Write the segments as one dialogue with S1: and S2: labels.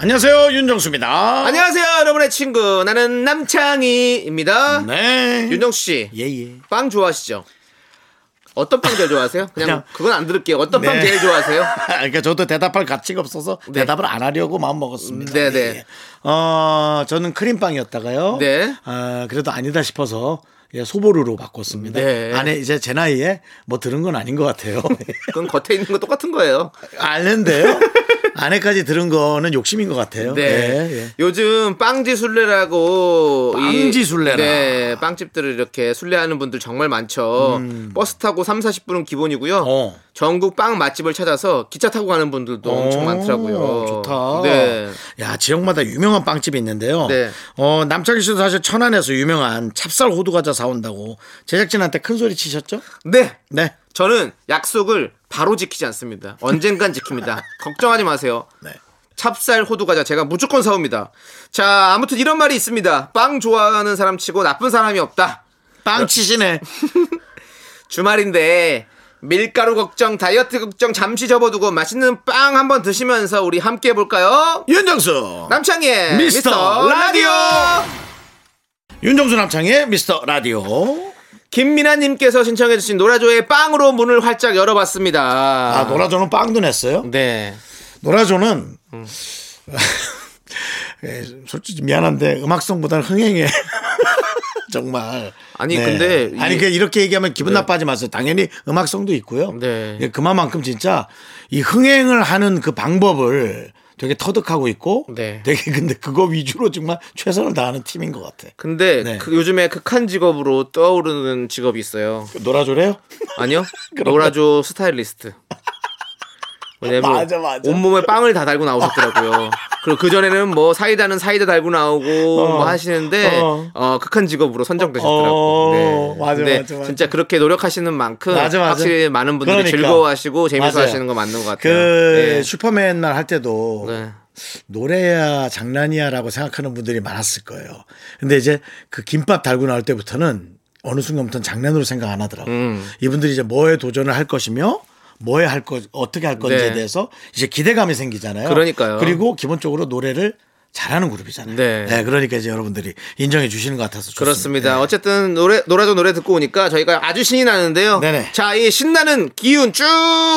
S1: 안녕하세요 윤정수입니다.
S2: 안녕하세요, 여러분의 친구. 나는 남창희입니다.
S1: 네.
S2: 윤정수 씨,
S1: 예예.
S2: 빵 좋아하시죠? 어떤 빵 제일 좋아하세요? 그냥,
S1: 그냥-
S2: 그건 안 들을게요. 어떤 빵
S1: 네.
S2: 제일 좋아하세요?
S1: 그러니까 저도 대답할 가치가 없어서
S2: 네.
S1: 대답을 안 하려고 마음 먹었습니다.
S2: 네, 네.
S1: 예. 어 저는 크림빵이었다가요.
S2: 네.
S1: 아, 그래도 아니다 싶어서 예, 소보루로 바꿨습니다.
S2: 네.
S1: 안에 이제 제 나이에 뭐 들은 건 아닌 것 같아요.
S2: 그건 겉에 있는 거 똑같은 거예요.
S1: 아는데요. 안에까지 들은 거는 욕심인 것 같아요.
S2: 네.
S1: 예, 예.
S2: 요즘 빵지 순례라고 이-
S1: 빵지 순례라.
S2: 네, 빵집들을 이렇게 순례하는 분들 정말 많죠. 버스 타고 3, 40분은 기본이고요.
S1: 음. 어.
S2: 전국 빵 맛집을 찾아서 기차 타고 가는 분들도 어, 엄청
S1: 오,
S2: 많더라고요.
S1: 좋다.
S2: 네.
S1: 야 지역마다 유명한 빵집이 있는데요.
S2: 네.
S1: 어 남창희 씨도 사실 천안에서 유명한 찹쌀 호두 과자 사온다고 제작진한테 큰 소리 치셨죠?
S2: 네.
S1: 네.
S2: 저는 약속을 바로 지키지 않습니다. 언젠간 지킵니다. 걱정하지 마세요.
S1: 네.
S2: 찹쌀 호두 과자 제가 무조건 사옵니다. 자, 아무튼 이런 말이 있습니다. 빵 좋아하는 사람 치고 나쁜 사람이 없다.
S1: 빵 치시네.
S2: 주말인데 밀가루 걱정, 다이어트 걱정 잠시 접어두고 맛있는 빵 한번 드시면서 우리 함께 해볼까요?
S1: 윤정수.
S2: 남창희의
S1: 미스터
S2: 미스터, 라디오!
S1: 윤정수 남창의 미스터 라디오.
S2: 김민아님께서 신청해주신 노라조의 빵으로 문을 활짝 열어봤습니다.
S1: 아, 노라조는 빵도 냈어요?
S2: 네.
S1: 노라조는
S2: 음.
S1: 예, 솔직히 미안한데 음악성보다는 흥행에 정말
S2: 아니, 근데
S1: 아니
S2: 이-
S1: 그 이렇게 얘기하면 기분 나빠하지 마세요. 당연히 음악성도 있고요.
S2: 네.
S1: 예, 그만큼 진짜 이 흥행을 하는 그 방법을 되게 터득하고 있고
S2: 네.
S1: 되게 근데 그거 위주로 정말 최선을 다하는 팀인 것 같아.
S2: 근데
S1: 네.
S2: 그 요즘에 극한 직업으로 떠오르는 직업이 있어요.
S1: 그 노라조래요?
S2: 아니요? 노라조 스타일리스트. 왜냐면
S1: 맞아, 맞아.
S2: 온몸에 빵을 다 달고 나오셨더라고요. 그리고 그전에는 뭐 사이다는 사이다 달고 나오고
S1: 어.
S2: 뭐 하시는데
S1: 어.
S2: 어. 극한 직업으로 선정되셨더라고요. 네.
S1: 어. 맞아,
S2: 근데
S1: 맞아, 맞아.
S2: 진짜 그렇게 노력하시는 만큼
S1: 맞아, 맞아.
S2: 확실히 많은 분들이
S1: 그러니까.
S2: 즐거워하시고 재밌어
S1: 맞아요.
S2: 하시는 거 맞는 것 같아요.
S1: 그
S2: 네.
S1: 슈퍼맨 날 할 때도
S2: 네.
S1: 노래야 장난이야라고 생각하는 분들이 많았을 거예요. 근데 이제 그 김밥 달고 나올 때부터는 어느 순간부터는 장난으로 생각 안 하더라고요.
S2: 음.
S1: 이분들이 이제 뭐에 도전을 할 것이며 뭐에 할 것, 어떻게 할 건지에
S2: 네.
S1: 대해서 이제 기대감이 생기잖아요.
S2: 그러니까요.
S1: 그리고 기본적으로 노래를 잘하는 그룹이잖아요.
S2: 네.
S1: 그러니까 이제 여러분들이 인정해 주시는 것 같아서 좋습니다.
S2: 그렇습니다. 어쨌든 노래 노래도 노래 듣고 오니까 저희가 아주 신이 나는데요.
S1: 네네.
S2: 자, 이 신나는 기운 쭉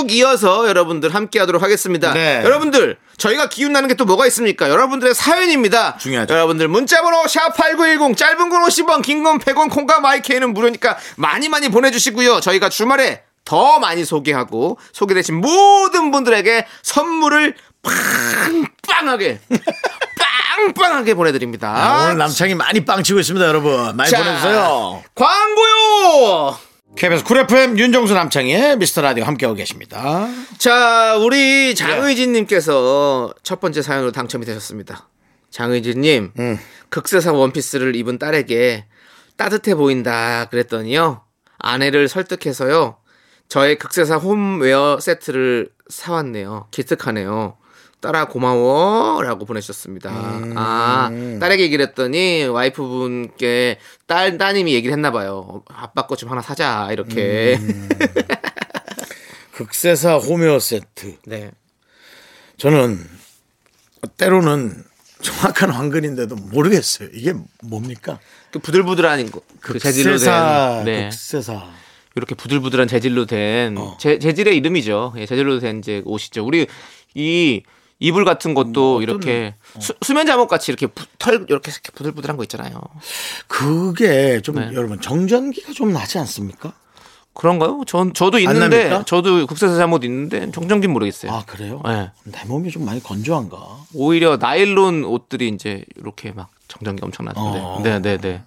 S2: 이어서 여러분들 함께 하도록 하겠습니다.
S1: 네.
S2: 여러분들 저희가 기운 나는 게 또 뭐가 있습니까? 여러분들의 사연입니다.
S1: 중요하죠.
S2: 여러분들 문자 번호 샵8910 짧은 건 50원, 긴 건 100원, 콩과 마이크는 무료니까 많이 많이 보내 주시고요. 저희가 주말에 더 많이 소개하고 소개되신 모든 분들에게 선물을 빵빵하게 빵빵하게 보내 드립니다.
S1: 네, 오늘 남창이 많이 빵치고 있습니다, 여러분. 많이 보내주세요.
S2: 광고요.
S1: KBS 쿨 FM 윤정수 남창희의 미스터 라디오 함께하고 계십니다.
S2: 자, 우리 장의진님께서 첫 번째 사연으로 당첨이 되셨습니다. 장의진님, 극세사 원피스를 입은 딸에게 따뜻해 보인다 그랬더니요 아내를 설득해서요 저의 극세사 홈웨어 세트를 사왔네요. 기특하네요. 딸아 고마워라고 보내셨습니다. 아 딸에게 얘기를 했더니 와이프분께 딸 따님이 얘기를 했나봐요. 어, 아빠 거 좀 하나 사자 이렇게.
S1: 극세사 호메오 세트.
S2: 네.
S1: 저는 때로는 정확한 황근인데도 모르겠어요. 이게 뭡니까?
S2: 그 부들부들한 거, 그 재질로
S1: 극세사, 어.
S2: 된, 네,
S1: 극세사.
S2: 이렇게 부들부들한 재질로 된 재, 재질의 이름이죠. 예, 재질로 된 이제 옷이죠. 우리 이 이불 같은 것도
S1: 음,
S2: 이렇게
S1: 어.
S2: 수, 면 잠옷 같이 이렇게 부- 털 이렇게 이렇게 부들부들한 거 있잖아요.
S1: 그게 좀
S2: 네.
S1: 여러분 정전기가 좀 나지 않습니까?
S2: 그런가요? 전 저도
S1: 안 납니까?
S2: 있는데 저도 국세사 잠옷 있는데 정전기 모르겠어요.
S1: 아 그래요?
S2: 네.
S1: 내 몸이 좀 많이 건조한가?
S2: 오히려 나일론 옷들이 이제 이렇게 막 정전기 엄청 났는데.
S1: 어.
S2: 네, 네, 네.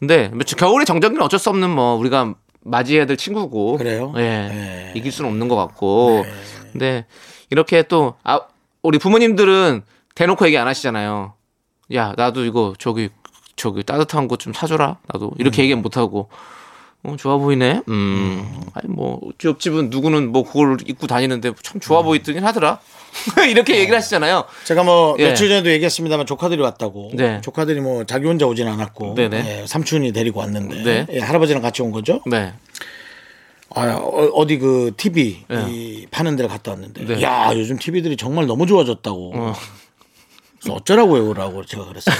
S2: 근데 며칠- 겨울에 정전기는 어쩔 수 없는 뭐 우리가 맞이해야 될 친구고.
S1: 그래요?
S2: 예.
S1: 네.
S2: 이길 수는 없는 것 같고. 근데 이렇게 또 아, 우리 부모님들은 대놓고 얘기 안 하시잖아요. 야 나도 이거 저기 저기 따뜻한 거 좀 사줘라 나도
S1: 음.
S2: 이렇게 얘기 못 하고 어 좋아 보이네 음 아니 뭐 옆집은 누구는 뭐 그걸 입고 다니는데 참 좋아 보이더니 하더라 이렇게 얘기를 하시잖아요
S1: 제가 뭐
S2: 예.
S1: 며칠 전에도 얘기했습니다만 조카들이 왔다고.
S2: 네.
S1: 조카들이 뭐 자기 혼자 오진 않았고
S2: 네네.
S1: 예, 삼촌이 데리고 왔는데
S2: 네.
S1: 예, 할아버지랑 같이 온 거죠.
S2: 네
S1: 아, 어, 어디 그 TV
S2: 예.
S1: 이 파는 데를 갔다 왔는데
S2: 네. 어.
S1: 야 요즘 TV들이 정말 너무 좋아졌다고. 그래서 어쩌라고요라고 제가 그랬어요.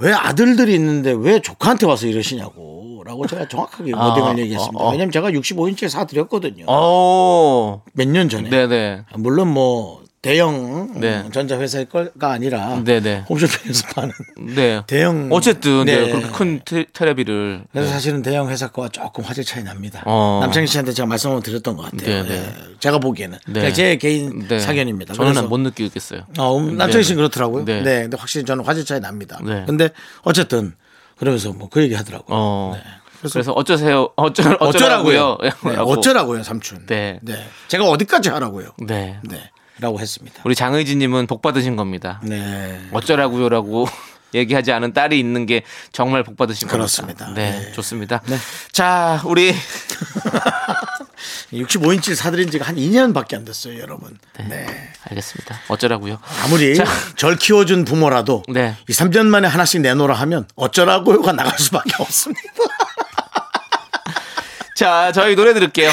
S1: 왜 아들들이 있는데 왜 조카한테 와서 이러시냐고. 라고 제가 정확하게
S2: 아,
S1: 워딩을 얘기했습니다.
S2: 어, 어.
S1: 왜냐면 제가 65인치에 사드렸거든요.
S2: 어
S1: 몇 년 전에.
S2: 네네
S1: 아, 물론 뭐 대형
S2: 네.
S1: 음, 전자회사일 거가 아니라
S2: 네네.
S1: 홈쇼핑에서 파는
S2: 네
S1: 대형
S2: 어쨌든 네.
S1: 네.
S2: 그렇게 큰 테, 테레비를
S1: 그래서 사실은 대형 회사 거와 조금 화질 차이 납니다.
S2: 네. 어.
S1: 남창희 씨한테 제가 말씀을 드렸던 것 같아요.
S2: 네, 네.
S1: 예, 제가 보기에는 그냥 제 개인
S2: 네.
S1: 사견입니다.
S2: 저는
S1: 그래서
S2: 못 느끼겠어요.
S1: 어, 음, 남창희 씨는 그렇더라고요.
S2: 네.
S1: 네. 근데 확실히 저는 화질 차이 납니다.
S2: 네.
S1: 근데 어쨌든 그러면서 뭐 그 얘기 하더라고요.
S2: 어.
S1: 그래서-
S2: 그래서, 어쩌세요? 어쩌 어쩌라고요?
S1: 어쩌라고요? 네, 어쩌라고요, 삼촌.
S2: 네.
S1: 네. 제가 어디까지 하라고요?
S2: 네.
S1: 네. 라고 했습니다.
S2: 우리 장의진님은 복 받으신 겁니다.
S1: 네.
S2: 어쩌라고요라고 얘기하지 않은 딸이 있는 게 정말 복 받으신 겁니다.
S1: 그렇습니다.
S2: 네,
S1: 네.
S2: 좋습니다. 자, 우리
S1: 65인치를 사드린 지가 한 2년밖에 안 됐어요, 여러분. 네.
S2: 알겠습니다. 어쩌라고요?
S1: 아무리
S2: 자.
S1: 절 키워준 부모라도
S2: 네.
S1: 이 3년 만에 하나씩 내놓으라 하면 어쩌라고요가 나갈 수밖에 없습니다.
S2: 자, 저희 노래 들을게요.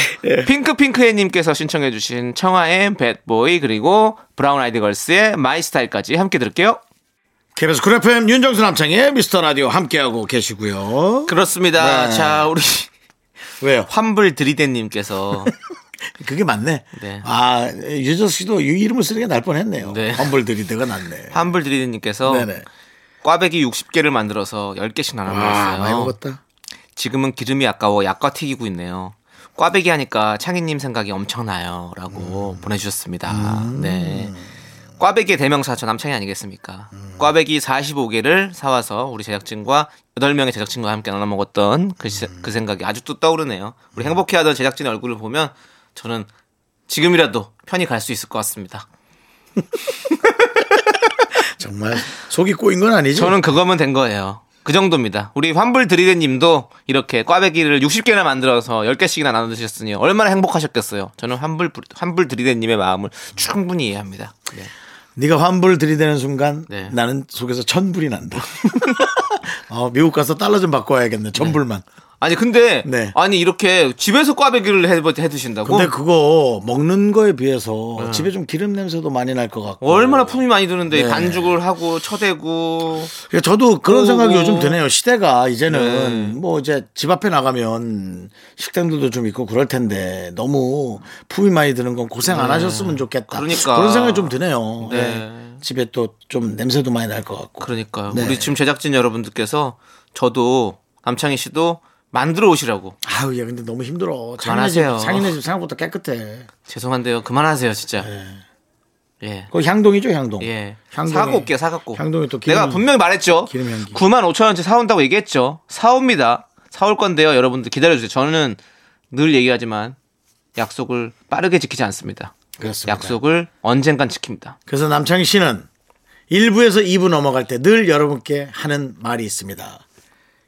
S2: 핑크핑크애님께서 신청해주신 청하의 배보이 그리고 브라운 아이디 걸스의 마이 스타일까지 함께 들을게요.
S1: KBS 쿨 FM 윤정수 남창의 미스터 라디오 함께하고 계시고요.
S2: 그렇습니다.
S1: 네.
S2: 자, 우리
S1: 왜요?
S2: 환불 드리덴님께서
S1: 그게 맞네.
S2: 네.
S1: 아 유저 씨도 이 이름을 쓰는 게 날 뻔했네요.
S2: 네. 아, 어.
S1: 환불 드리드가 낫네.
S2: 환불 드리덴님께서
S1: 네네.
S2: 꽈배기 60개를 만들어서 10개씩 나눠
S1: 아 많이
S2: 먹었어요.
S1: 먹었다.
S2: 지금은 기름이 아까워 약과 튀기고 있네요. 꽈배기 하니까 창희님 생각이 엄청나요. 라고 보내주셨습니다. 네. 꽈배기의 대명사 저 남창희 아니겠습니까? 꽈배기 45개를 사와서 우리 제작진과 8명의 제작진과 함께 나눠 먹었던 그, 시- 그 생각이 아직도 떠오르네요. 우리 행복해하던 제작진의 얼굴을 보면 저는 지금이라도 편히 갈 수 있을 것 같습니다.
S1: 정말 속이 꼬인 건 아니죠?
S2: 아. 저는 그거면 된 거예요. 그 정도입니다. 우리 환불 드리덴님도 이렇게 꽈배기를 60개나 만들어서 10개씩이나 나눠 드셨으니 얼마나 행복하셨겠어요. 저는 환불 환불 드리덴님의 마음을 충분히 이해합니다. 네.
S1: 네가 환불 들이대는 순간
S2: 네.
S1: 나는 속에서 천불이 난다. 어, 미국 가서 달러 좀 바꿔야겠네. 천불만.
S2: 아니 근데
S1: 네.
S2: 아니 이렇게 집에서 꽈배기를 해, 해 드신다고?
S1: 근데 그거 먹는 거에 비해서 집에 좀 기름 냄새도 많이 날 것 같고.
S2: 네. 얼마나 품이 많이 드는데
S1: 네.
S2: 반죽을 하고 쳐대고
S1: 그러니까 저도 그런 생각이
S2: 그러고.
S1: 요즘 드네요. 시대가 이제는
S2: 네.
S1: 뭐 이제 집 앞에 나가면 식당들도 좀 있고 그럴 텐데 너무 품이 많이 드는 건 고생 안 하셨으면 좋겠다.
S2: 네. 그러니까.
S1: 런 생각이 좀 드네요.
S2: 네.
S1: 예. 집에 또 좀 냄새도 많이 날 것 같고.
S2: 그러니까요.
S1: 네.
S2: 우리 지금 제작진 여러분들께서 저도 남창희 씨도 만들어 오시라고
S1: 아우 얘 근데 너무 힘들어.
S2: 그만하세요.
S1: 장인의 집, 장인의 집 생각보다 깨끗해.
S2: 죄송한데요. 그만하세요, 진짜.
S1: 네.
S2: 예.
S1: 그 향동이죠 향동.
S2: 예.
S1: 향동이.
S2: 사갖고 올게요, 사갖고.
S1: 향동이 또
S2: 내가
S1: 기름이-
S2: 분명히 말했죠.
S1: 기름 향기.
S2: 9만 5천 원치 사온다고 얘기했죠. 사옵니다. 사올 건데요. 여러분들 기다려주세요. 저는 늘 얘기하지만 약속을 빠르게 지키지 않습니다.
S1: 그렇습니다.
S2: 약속을 언젠간 지킵니다.
S1: 그래서 남창희 씨는 1부에서 2부 넘어갈 때 늘 여러분께 하는 말이 있습니다.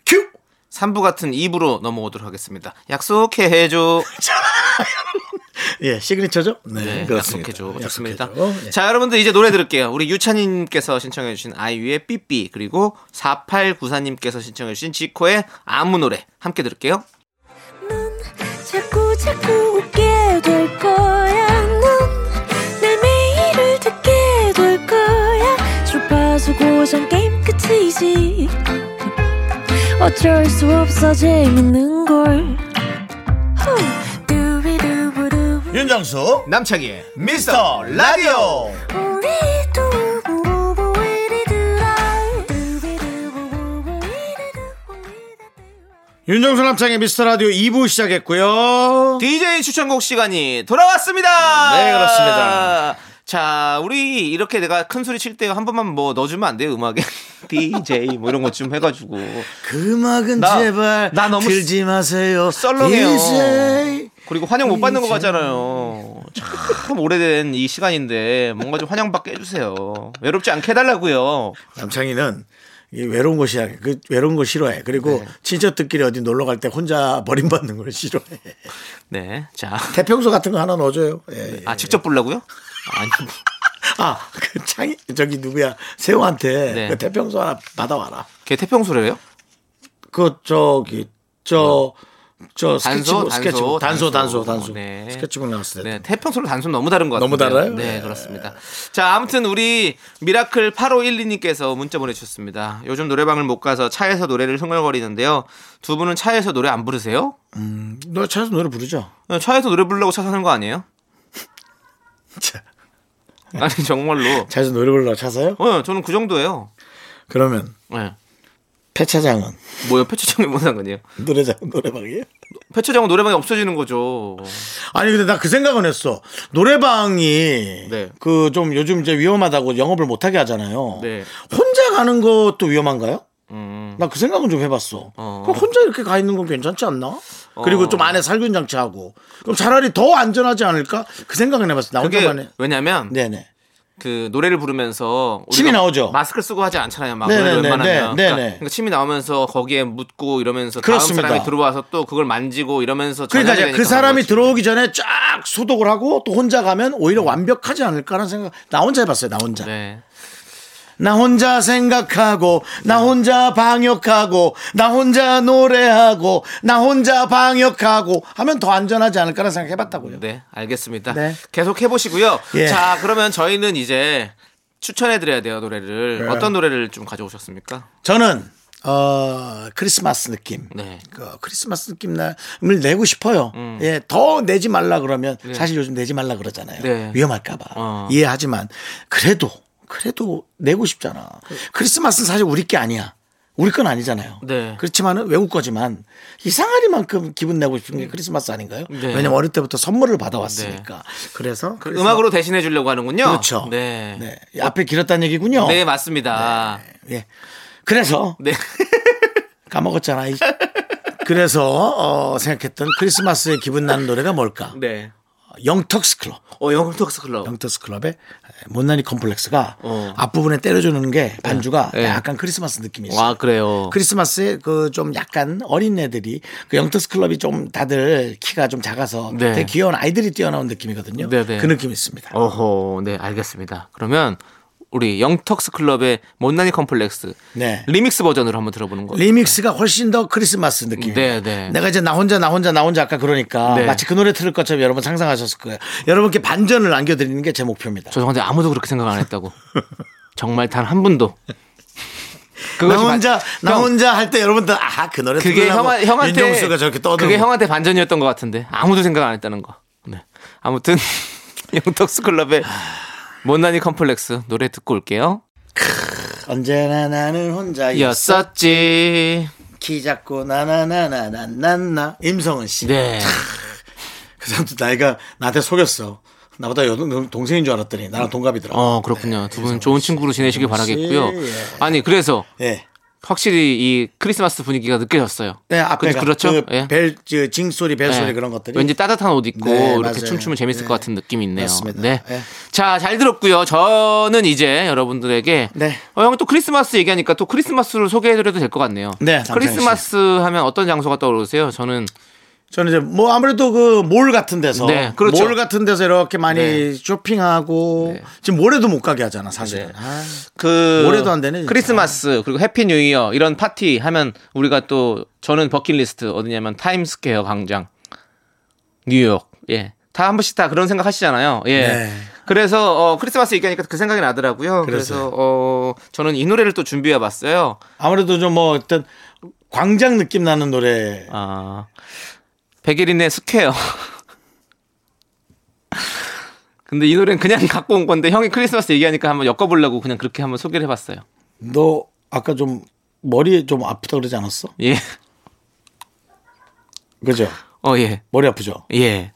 S1: 큐!
S2: 3부 같은 2부로 넘어오도록 하겠습니다. 약속해 해줘.
S1: 예, 시그니처죠?
S2: 네,
S1: 그렇습니다.
S2: 약속해줘. 좋습니다.
S1: 약속해줘. 예.
S2: 자, 여러분들 이제 노래 들을게요. 우리 유찬님께서 신청해주신 아이유의 삐삐 그리고 4894님께서 신청해주신 지코의 아무 노래 함께 들을게요.
S3: 자꾸 자꾸 웃게 될 거야. 넌내 매일을 듣게 될 거야. 주파수 고정 게임 끝이지. 어쩔 수 없어 재밌는 걸. 후. 두비두부두.
S1: 윤정수
S2: 남창희의
S1: 미스터 라디오
S3: 우리 두부부부 우리들아. 두비두부부부 우리들아.
S1: 윤정수 남창의 미스터 라디오 2부 시작했고요.
S2: DJ 추천곡 시간이 돌아왔습니다.
S1: 네, 그렇습니다.
S2: 자, 우리 이렇게 내가 큰 소리 칠 때 한 번만 뭐 넣어주면 안 돼요, 음악에? DJ 뭐 이런 것 좀 해가지고.
S1: 그 음악은
S2: 나-
S1: 제발
S2: 나 너무
S1: 들지 마세요.
S2: 썰렁해요.
S1: DJ
S2: 그리고 환영 못 받는 거 같잖아요. 참 오래된 이 시간인데 뭔가 좀 환영받게 해주세요. 외롭지 않게 해달라고요.
S1: 남창희는 이 외로운 거 싫어해. 그 외로운 거 싫어해. 그리고
S2: 네.
S1: 친척들끼리 어디 놀러 갈 때 혼자 버림받는 걸 싫어해.
S2: 네, 자,
S1: 태평소 같은 거 하나 넣어줘요. 예, 예.
S2: 아 직접 불라고요? 아니, 뭐,
S1: 아, 그 창희 저기 누구야 세호한테
S2: 네.
S1: 그 태평소 하나 받아와라.
S2: 걔 태평소래요?
S1: 그 저기 저. 저
S2: 뭐? 단소,
S1: 스케치북, 스케치북, 단소, 단소,
S2: 단소,
S1: 단소.
S2: 네.
S1: 스케치북 나왔을 때.
S2: 네, 태평소로 단순 너무 다른 것 같아요.
S1: 너무 달라요?
S2: 네,
S1: 네.
S2: 그렇습니다. 자, 아무튼 우리 미라클 8512님께서 문자 보내주셨습니다. 요즘 노래방을 못 가서 차에서 노래를 흥얼거리는데요. 두 분은 차에서 노래 안 부르세요?
S1: 너 차에서 노래 부르죠?
S2: 어, 차에서 노래 부르려고 차 사는 거 아니에요?
S1: 차- 네.
S2: 아니 정말로.
S1: 차에서 노래 부르러 차서요?
S2: 어, 저는 그 정도예요.
S1: 그러면
S2: 네.
S1: 폐차장은
S2: 뭐요? 폐차장이 뭔 상관이에요?
S1: 노래장 노래방이에요?
S2: 폐차장은 노래방이 없어지는 거죠.
S1: 아니 근데 나 그 생각은 했어. 노래방이
S2: 네.
S1: 그 좀 요즘 이제 위험하다고 영업을 못하게 하잖아요.
S2: 네.
S1: 혼자 가는 것도 위험한가요?
S2: 음.
S1: 나 그 생각은 좀 해봤어.
S2: 어.
S1: 그럼 혼자 이렇게 가 있는 건 괜찮지 않나? 그리고 좀 안에 살균 장치하고 그럼 차라리 더 안전하지 않을까? 그 생각은 해봤어. 나
S2: 그게
S1: 혼자만 해.
S2: 왜냐면
S1: 네네.
S2: 그 노래를 부르면서 우리가
S1: 침이 나오죠.
S2: 마스크를 쓰고 하지 않잖아요. 막
S1: 네네네,
S2: 노래를 웬만하면.
S1: 네,
S2: 그러니까,
S1: 네네.
S2: 그러니까 침이 나오면서 거기에 묻고 이러면서
S1: 그렇습니다.
S2: 다음 사람이 들어와서 또 그걸 만지고 이러면서
S1: 그러니까
S2: 전염이
S1: 이제 그
S2: 되니까
S1: 사람이
S2: 그런 거지.
S1: 들어오기 전에 쫙 소독을 하고 또 혼자 가면 오히려 완벽하지 않을까라는 생각. 나 혼자 해봤어요. 나 혼자.
S2: 네.
S1: 나 혼자 생각하고 나
S2: 음.
S1: 혼자 방역하고 나 혼자 노래하고 나 혼자 방역하고 하면 더 안전하지 않을까라는 생각 해봤다고요.
S2: 네, 알겠습니다.
S1: 네.
S2: 계속 해보시고요.
S1: 예.
S2: 자, 그러면 저희는 이제 추천해드려야 돼요 노래를.
S1: 네.
S2: 어떤 노래를 좀 가져오셨습니까?
S1: 저는 어 크리스마스 느낌.
S2: 네.
S1: 그 크리스마스 느낌 날을 내고 싶어요.
S2: 음.
S1: 예, 더 내지 말라 그러면 사실 요즘 내지 말라 그러잖아요.
S2: 네.
S1: 위험할까봐
S2: 어.
S1: 이해하지만 그래도 그래도 내고 싶잖아.
S2: 그
S1: 크리스마스는 사실 우리 게 아니야. 우리 건 아니잖아요.
S2: 네.
S1: 그렇지만은 외국 거지만 이상하리만큼 기분 내고 싶은 게 크리스마스 아닌가요?
S2: 음. 네.
S1: 왜냐면 어릴 때부터 선물을 받아왔으니까. 그래서
S2: 그 음악으로 대신해 주려고 하는군요.
S1: 그렇죠.
S2: 네. 네,
S1: 네. 앞에 길었다는 얘기군요.
S2: 맞습니다.
S1: 예. 그래서
S2: 네.
S1: 까먹었잖아. 이- 그래서 어, 생각했던 크리스마스에 기분 나는 노래가 뭘까?
S2: 네.
S1: 영턱스 클럽.
S2: 어, 영턱스 클럽.
S1: 영턱스 클럽의 못난이 컴플렉스가
S2: 어.
S1: 앞부분에 때려주는 게 반주가
S2: 네.
S1: 약간 크리스마스 느낌이 있어요.
S2: 와, 그래요.
S1: 크리스마스에 그 좀 약간 어린 애들이 그 영턱스 클럽이 좀 다들 키가 좀 작아서
S2: 네.
S1: 되게 귀여운 아이들이 뛰어나온 느낌이거든요.
S2: 네, 네.
S1: 그 느낌이 있습니다.
S2: 어허, 네, 알겠습니다. 그러면 우리 영턱스 클럽의 못난이 컴플렉스
S1: 네.
S2: 리믹스 버전으로 한번 들어보는 거예요.
S1: 리믹스가 훨씬 더 크리스마스 느낌.
S2: 네, 네.
S1: 내가 이제 나 혼자 나 혼자 나 혼자 아까 그러니까
S2: 네.
S1: 마치 그 노래 틀을 것처럼 여러분 상상하셨을 거예요. 여러분께 반전을 남겨드리는 게 제 목표입니다.
S2: 저 근데 아무도 그렇게 생각 안 했다고. 정말 단 한 분도.
S1: 나
S2: 그것이
S1: 혼자
S2: 반-
S1: 나
S2: 형,
S1: 혼자 할 때 여러분들 아그 노래
S2: 그게
S1: 틀으려고
S2: 형한, 형한테
S1: 윤정수가 저렇게 떠들고
S2: 그게 형한테 반전이었던 것 같은데 아무도 생각 안 했다는 거. 네. 아무튼 영턱스 클럽의 못난이 컴플렉스 노래 듣고 올게요.
S1: 언제나 나는 혼자였어
S2: 였었지.
S1: 키 작고 나나나나나나 임성은 씨.
S2: 네.
S1: 그 사람도 나이가 나한테 속였어. 나보다 여동 동생인 줄 알았더니 나랑 동갑이더라.
S2: 어 그렇군요. 두 분 좋은 친구로 지내시길 바라겠고요.
S1: 예.
S2: 아니 그래서
S1: 예.
S2: 확실히 이 크리스마스 분위기가 느껴졌어요.
S1: 네 앞에
S2: 그, 그렇죠. 예.
S1: 벨징 소리 벨 소리
S2: 예.
S1: 그런 것들이
S2: 왠지 따뜻한 옷 입고
S1: 네,
S2: 이렇게
S1: 맞아요.
S2: 춤추면 재밌을
S1: 네.
S2: 것 같은 느낌이 있네요.
S1: 맞습니다.
S2: 네.
S1: 예.
S2: 자, 잘 들었고요. 저는 이제 여러분들에게
S1: 네.
S2: 어, 형또 크리스마스 얘기하니까 또 크리스마스를 소개해 드려도 될 것 같네요.
S1: 네, 남창희 씨.
S2: 크리스마스 하면 어떤 장소가 떠오르세요? 저는
S1: 저는 이제 뭐 아무래도 그 몰 같은 데서
S2: 네, 그렇죠.
S1: 몰 같은 데서 이렇게 많이
S2: 네.
S1: 쇼핑하고 지금 모레도 못 가게 하잖아 사실은. 아,
S2: 그
S1: 올해도 안 되네, 진짜.
S2: 크리스마스 그리고 해피 뉴 이어 이런 파티 하면 우리가 또 저는 버킷리스트 어디냐면 타임스퀘어 광장 뉴욕 예. 다 한 번씩 다 그런 생각 하시잖아요. 예.
S1: 네.
S2: 그래서 어, 크리스마스 얘기하니까 그 생각이 나더라고요. 그래서 어, 저는 이 노래를 또 준비해 봤어요.
S1: 아무래도 좀 뭐 어떤 광장 느낌 나는 노래.
S2: 아. 백일인의 스퀘어. 근데 이 노래는 그냥 갖고 온 건데 형이 크리스마스 얘기하니까 한번 엮어 보려고 그냥 그렇게 한번 소개를 해 봤어요.
S1: 너 아까 좀 머리 좀 아프다 그러지 않았어?
S2: 예.
S1: 그죠?
S2: 어 예.
S1: 머리 아프죠?
S2: 예.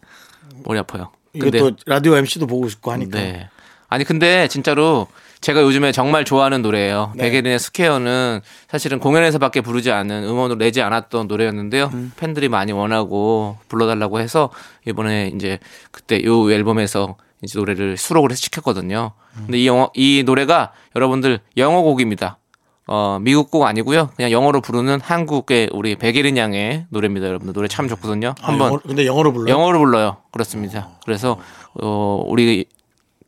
S2: 머리 아파요.
S1: 이게
S2: 근데
S1: 또 라디오 MC도 보고 싶고 하니까.
S2: 네. 아니 근데 진짜로 제가 요즘에 정말 좋아하는 노래예요.
S1: 네.
S2: 백예린의 스퀘어는 사실은 공연에서밖에 부르지 않는 음원으로 내지 않았던 노래였는데요.
S1: 음.
S2: 팬들이 많이 원하고 불러달라고 해서 이번에 이제 그때 요 앨범에서 이제 노래를 수록을 해서 시켰거든요.
S1: 음.
S2: 근데 이 영어 이 노래가 여러분들 영어 곡입니다. 어, 미국 곡 아니고요. 그냥 영어로 부르는 한국의 우리 백예린 양의 노래입니다. 여러분들 노래 참 좋거든요.
S1: 아,
S2: 한번
S1: 영어로- 근데 영어로 불러.
S2: 영어로 불러요. 그렇습니다.
S1: 아.
S2: 그래서 어 우리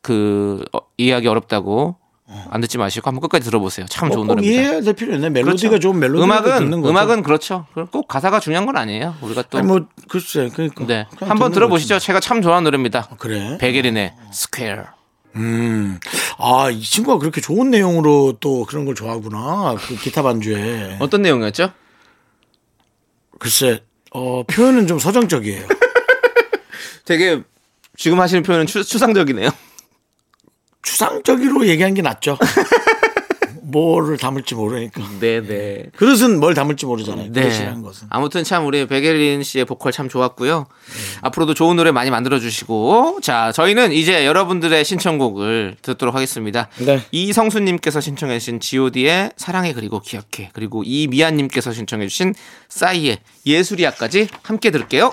S2: 그 어, 이해하기 어렵다고 안 듣지 마시고 한번 끝까지 들어보세요. 참 좋은
S1: 꼭
S2: 노래입니다.
S1: 이해해야 될 필요 있네. 멜로디가
S2: 그렇죠.
S1: 좋은 멜로디가 듣는
S2: 음악은
S1: 거죠.
S2: 음악은 그렇죠. 그럼 꼭 가사가 중요한 건 아니에요. 우리가 또
S1: 아니 뭐 글쎄 그러니까
S2: 네.
S1: 그냥
S2: 한번
S1: 듣는
S2: 들어보시죠.
S1: 거지.
S2: 제가 참 좋아하는 노래입니다.
S1: 그래.
S2: 백예린의 스퀘어.
S1: 아, 이 친구가 그렇게 좋은 내용으로 또 그런 걸 좋아하구나. 그 기타 반주에.
S2: 어떤 내용이었죠?
S1: 글쎄, 어, 표현은 좀 서정적이에요.
S2: 되게 지금 하시는 표현은 추, 추상적이네요.
S1: 추상적으로 얘기한 게 낫죠. 뭐를 담을지 모르니까.
S2: 네, 네.
S1: 그릇은 뭘 담을지 모르잖아요.
S2: 네.
S1: 그릇이라는 것은.
S2: 아무튼 참 우리 백예린 씨의 보컬 참 좋았고요.
S1: 네.
S2: 앞으로도 좋은 노래 많이 만들어 주시고 자 저희는 이제 여러분들의 신청곡을 듣도록 하겠습니다.
S1: 네.
S2: 이성수님께서 신청해주신 G.O.D의 사랑해 그리고 기억해 그리고 이미아님께서 신청해주신 싸이의 예술이야까지 함께 들을게요.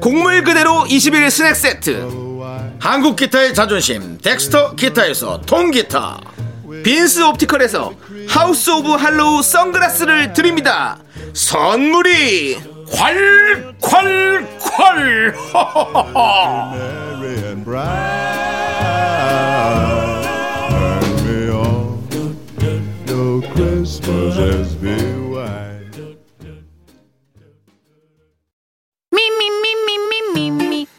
S2: 곡물 그대로 21 스낵 세트
S1: 한국 기타의 자존심 덱스터 기타에서 통기타
S2: 빈스 옵티컬에서 하우스 오브 할로우 선글라스를 드립니다 선물이
S1: 콸콸콸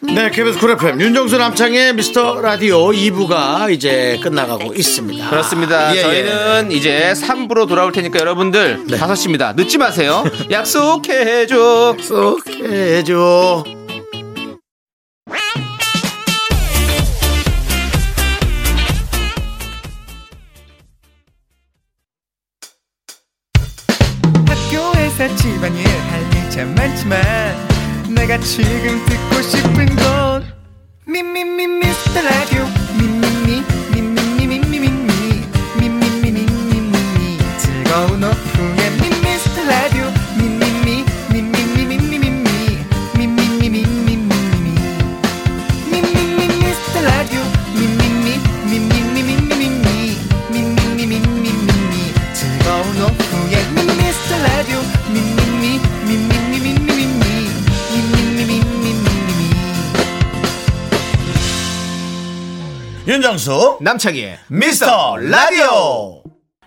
S1: 네, KBS 쿨 FM 윤정수 남창의 미스터 라디오 2부가 이제 끝나가고 있습니다.
S2: 그렇습니다
S1: 예, 예.
S2: 저희는 이제 3부로 돌아올 테니까 여러분들
S1: 네.
S2: 5시입니다 늦지 마세요 약속해줘
S1: 오케이 해줘.
S4: 학교에서 집안일 할 일 참 많지만 내가 지금 듣고 싶은 건 미미미 미스터 라디오 미미미 미미미 미미미 미미미 미미미 즐거운 오후에 미스터 라디오 미미미 미미미 미미미 미미미 미미미
S1: 윤정수
S2: 남창희의
S1: 미스터 라디오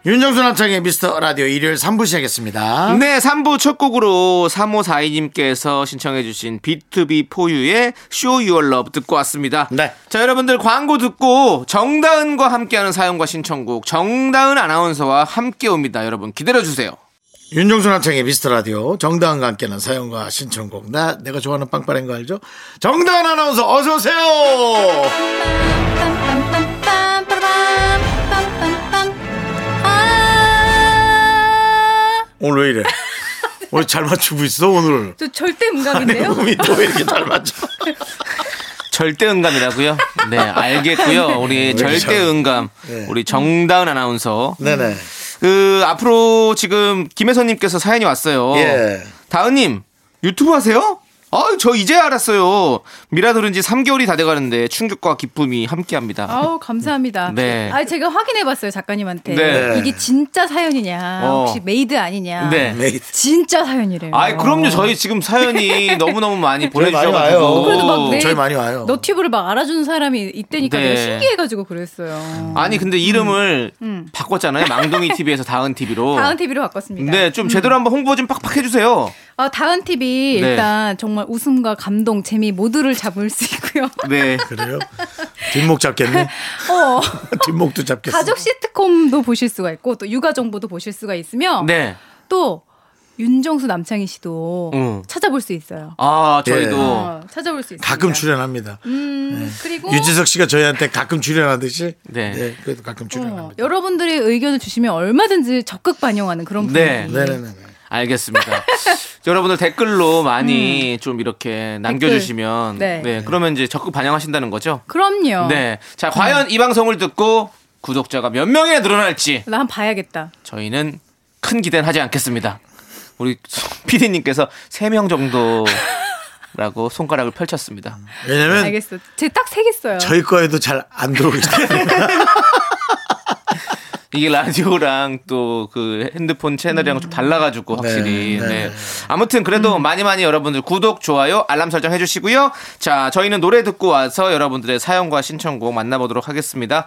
S1: 윤정수 남창의 미스터 라디오 일요일 3부 시작했습니다.
S2: 네, 3부 첫 곡으로 3542님께서 신청해주신 B2B 포유의 Show Your Love 듣고 왔습니다.
S1: 네.
S2: 자, 여러분들 광고 듣고 정다은과 함께하는 사연과 신청곡 정다은 아나운서와 함께 옵니다. 여러분 기다려주세요.
S1: 윤정수 남창의 미스터 라디오 정다은과 함께하는 사연과 신청곡 나 내가 좋아하는 빵빠레인 거 알죠? 정다은 아나운서 어서 오세요. 오늘 왜 이래? 오늘 잘 맞추고 있어 오늘.
S5: 저 절대 음감인데요?
S2: 뭐.
S1: 몸이 또 왜 이렇게 잘 맞춰?
S2: 절대 응감이라고요? 네, 알겠고요. 우리 절대 응감. 우리 정다은 아나운서.
S1: 네네.
S2: 그, 앞으로 지금 김혜선님께서 사연이 왔어요.
S1: 예.
S2: 다은님 유튜브 하세요? 아, 저 이제 알았어요. 미라 들은 지 3개월이 다 돼가는데 충격과 기쁨이 함께합니다.
S5: 아우 감사합니다.
S2: 네.
S5: 아 제가 확인해봤어요 작가님한테
S2: 네.
S5: 이게 진짜 사연이냐
S2: 어.
S5: 혹시 메이드 아니냐.
S2: 네.
S1: 메이트.
S5: 진짜 사연이래요.
S2: 아이 그럼요. 저희 지금 사연이 너무 너무 많이
S1: 와요.
S5: 어, 그래도 막 네.
S2: 보내주셔가지고.
S5: 내
S1: 어, 저희 많이 와요.
S5: 너튜브를 막 알아주는 사람이 있다니까
S2: 네.
S5: 내가 신기해가지고 그랬어요.
S2: 아니 근데 이름을 바꿨잖아요. 망동이 TV에서 다은 TV로.
S5: 음, 다음 TV로 바꿨습니다.
S2: 네, 좀 제대로 한번 홍보 좀 팍팍 해주세요.
S5: 아, 다은 TV
S2: 네.
S5: 일단 정말 웃음과 감동, 재미 모두를 잡을 수 있고요.
S2: 네.
S1: 그래요? 뒷목 잡겠네.
S5: 어,
S1: 뒷목도 잡겠어.
S5: 가족 시트콤도 보실 수가 있고 또 육아 정보도 보실 수가 있으며
S2: 네.
S5: 또 윤정수 남창희 씨도
S2: 음.
S5: 찾아볼 수 있어요.
S2: 아,
S5: 어,
S2: 저희도
S5: 찾아볼 수 있어요.
S1: 가끔 출연합니다.
S5: 음, 그리고
S1: 유지석 씨가 저희한테 가끔 출연하듯이.
S2: 네.
S1: 네, 그래도 가끔
S5: 어,
S1: 출연합니다.
S5: 여러분들이 의견을 주시면 얼마든지 적극 반영하는 그런 분위기.
S2: 네.
S1: 네네네.
S2: 알겠습니다. 여러분들 댓글로 많이 좀 이렇게 남겨주시면
S5: 네. 어.
S2: 네, 그러면 이제 적극 반영하신다는 거죠.
S5: 그럼요.
S2: 네. 자, 과연 이 방송을 듣고 구독자가 몇 명이나 늘어날지
S5: 나 한 번 봐야겠다.
S2: 저희는 큰 기대는 하지 않겠습니다. 우리 PD님께서 3명 정도라고 손가락을 펼쳤습니다.
S1: 왜냐면
S5: 알겠어. 제 딱 세 개 써요.
S1: 저희 거에도 잘 안 들어오기 때문에.
S2: 이게 라디오랑 또 그 핸드폰 채널이랑 좀 달라가지고 확실히.
S1: 음. 네,
S2: 네,
S1: 네. 음.
S2: 아무튼 그래도 많이 많이 여러분들 구독, 좋아요, 알람 설정 해주시고요. 자, 저희는 노래 듣고 와서 여러분들의 사연과 신청곡 만나보도록 하겠습니다.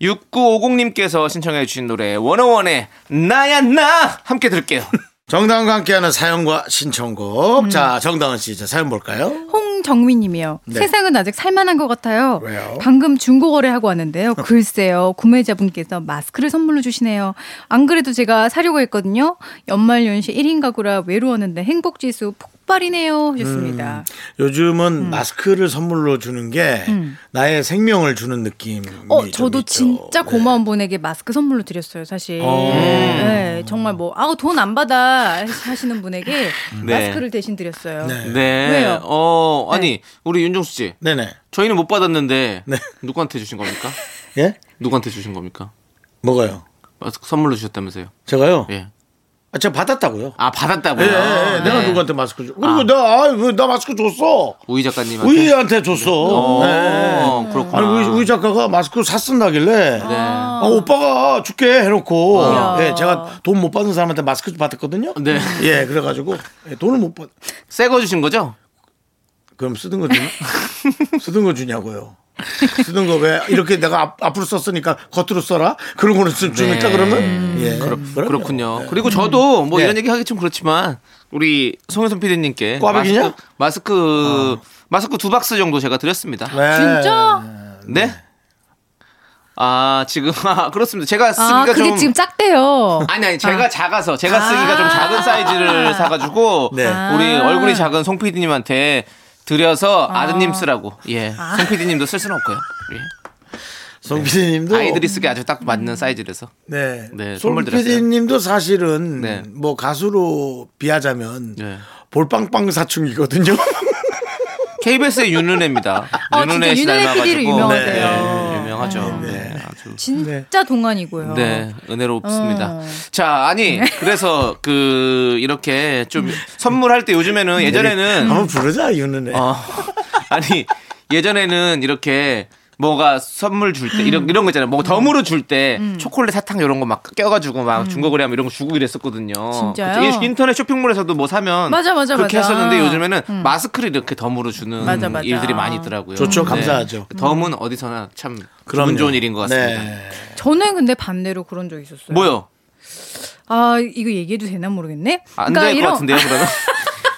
S2: 6950님께서 신청해주신 노래 원어원의 나야 나 함께 들을게요.
S1: 정다은과 함께하는 사연과
S5: 음.
S1: 신청곡. 자, 정다은 씨, 자, 사연 볼까요?
S5: 홍정민님이요.
S1: 네.
S5: 세상은 아직 살만한 것 같아요.
S1: 왜요?
S5: 방금 중고 거래하고 왔는데요. 글쎄요, 구매자분께서 마스크를 선물로 주시네요. 안 그래도 제가 사려고 했거든요. 연말 연시 1인 가구라 외로웠는데 행복 지수 폭발이네요. 하셨습니다.
S1: 음. 요즘은
S5: 음.
S1: 마스크를 선물로 주는 게 나의 생명을 주는 느낌이
S5: 어,
S1: 좀
S5: 저도
S1: 있죠.
S5: 진짜
S1: 네.
S5: 고마운 분에게 마스크 선물로 드렸어요, 사실. 네, 정말 뭐, 아우, 돈 안 받아 하시는 분에게
S2: 네.
S5: 마스크를 대신 드렸어요.
S1: 네.
S2: 네.
S5: 왜요?
S2: 어, 아니, 우리 윤종수 씨.
S1: 네네.
S2: 저희는 못 받았는데
S1: 네.
S2: 누구한테 주신 겁니까?
S1: 예?
S2: 누구한테 주신 겁니까?
S1: 뭐가요?
S2: 마스크 선물로 주셨다면서요?
S1: 제가요?
S2: 예.
S1: 아, 제가 받았다고요.
S2: 아
S1: 예,
S2: 받았다고요?
S1: 예, 예. 내가
S2: 네.
S1: 누구한테 마스크 줘? 그리고 나, 아이, 왜나 마스크 줬어?
S2: 우희 작가님한테.
S1: 우이한테 줬어.
S2: 네. 어,
S1: 네.
S2: 그렇구나.
S1: 아니 우리, 우리 작가가 마스크 샀쓴다길래
S2: 네.
S1: 아, 오빠가 줄게 해놓고
S5: 아.
S1: 예, 제가 돈 못 받은 사람한테 마스크 받았거든요.
S2: 네.
S1: 예, 그래가지고 예, 돈을 못 받.
S2: 새거 주신 거죠?
S1: 그럼 쓰던 거 주냐? 쓰던 거 주냐고요. 쓰던 거 왜 이렇게 내가 앞, 앞으로 썼으니까 겉으로 써라 그런 거는 쓰, 주니까 그러면 예 그렇,
S2: 네. 음. 그렇군요. 네. 그리고 저도 뭐 이런 얘기 하기 좀 그렇지만 우리 송혜선 PD님께
S1: 꽈배기냐?
S2: 마스크 마스크, 마스크 두 박스 정도 제가 드렸습니다. 네.
S5: 진짜?
S2: 아 지금 아, 그렇습니다. 제가 쓰기가
S5: 아, 그게
S2: 좀
S5: 지금 짝대요.
S2: 아니 아니 제가 작아서 제가 쓰기가
S5: 아.
S2: 좀 작은 사이즈를 사가지고
S1: 네.
S2: 우리 얼굴이 작은 송 PD님한테 드려서 아드님 쓰라고 예송 PD님도 쓸 수는 없고요. 예.
S1: 송 PD님도
S2: 아이들이 쓰기 아주 딱 맞는 사이즈라서
S1: 네,
S2: 네,
S1: 송
S2: 선물 드렸어요.
S1: PD님도 사실은
S2: 네.
S1: 뭐 가수로 비하자면
S2: 네.
S1: 볼빵빵 사춘기거든요.
S2: KBS의 윤은혜입니다.
S5: 아, 진짜
S2: 씨
S5: 윤은혜
S2: 닮아가지고.
S5: PD로 유명하세요.
S2: 네, 유명하죠. 네, 아주.
S5: 진짜 동안이고요.
S2: 네, 은혜롭습니다.
S5: 어.
S2: 자, 아니,
S5: 네.
S2: 그래서 그 이렇게 좀
S5: 음.
S2: 선물할 때 요즘에는
S5: 네.
S2: 예전에는
S1: 한번 부르자 이유는 애.
S2: 어, 아니 예전에는 이렇게 뭐가 선물 줄 때 이런 이런 거 있잖아요. 뭐 덤으로 줄 때
S5: 음.
S2: 초콜릿 사탕 이런 거 막 껴가지고 막 중고거래하면 이런 거 주고 이랬었거든요.
S5: 진짜요?
S2: 그치? 인터넷 쇼핑몰에서도 뭐 사면
S5: 맞아, 맞아,
S2: 그렇게
S5: 맞아.
S2: 했었는데 요즘에는 마스크를 이렇게 덤으로 주는
S5: 맞아, 맞아.
S2: 일들이 많이 있더라고요. 네. 그
S1: 좋죠. 감사하죠.
S2: 덤은 어디서나 참
S1: 그럼요.
S2: 기분 좋은 일인 것 같습니다.
S1: 네.
S5: 저는 근데 반대로 그런 적 있었어요.
S2: 뭐요?
S5: 아, 이거 얘기해도 되나 모르겠네. 그러니까
S2: 안 될 것 같은데요, 그러면.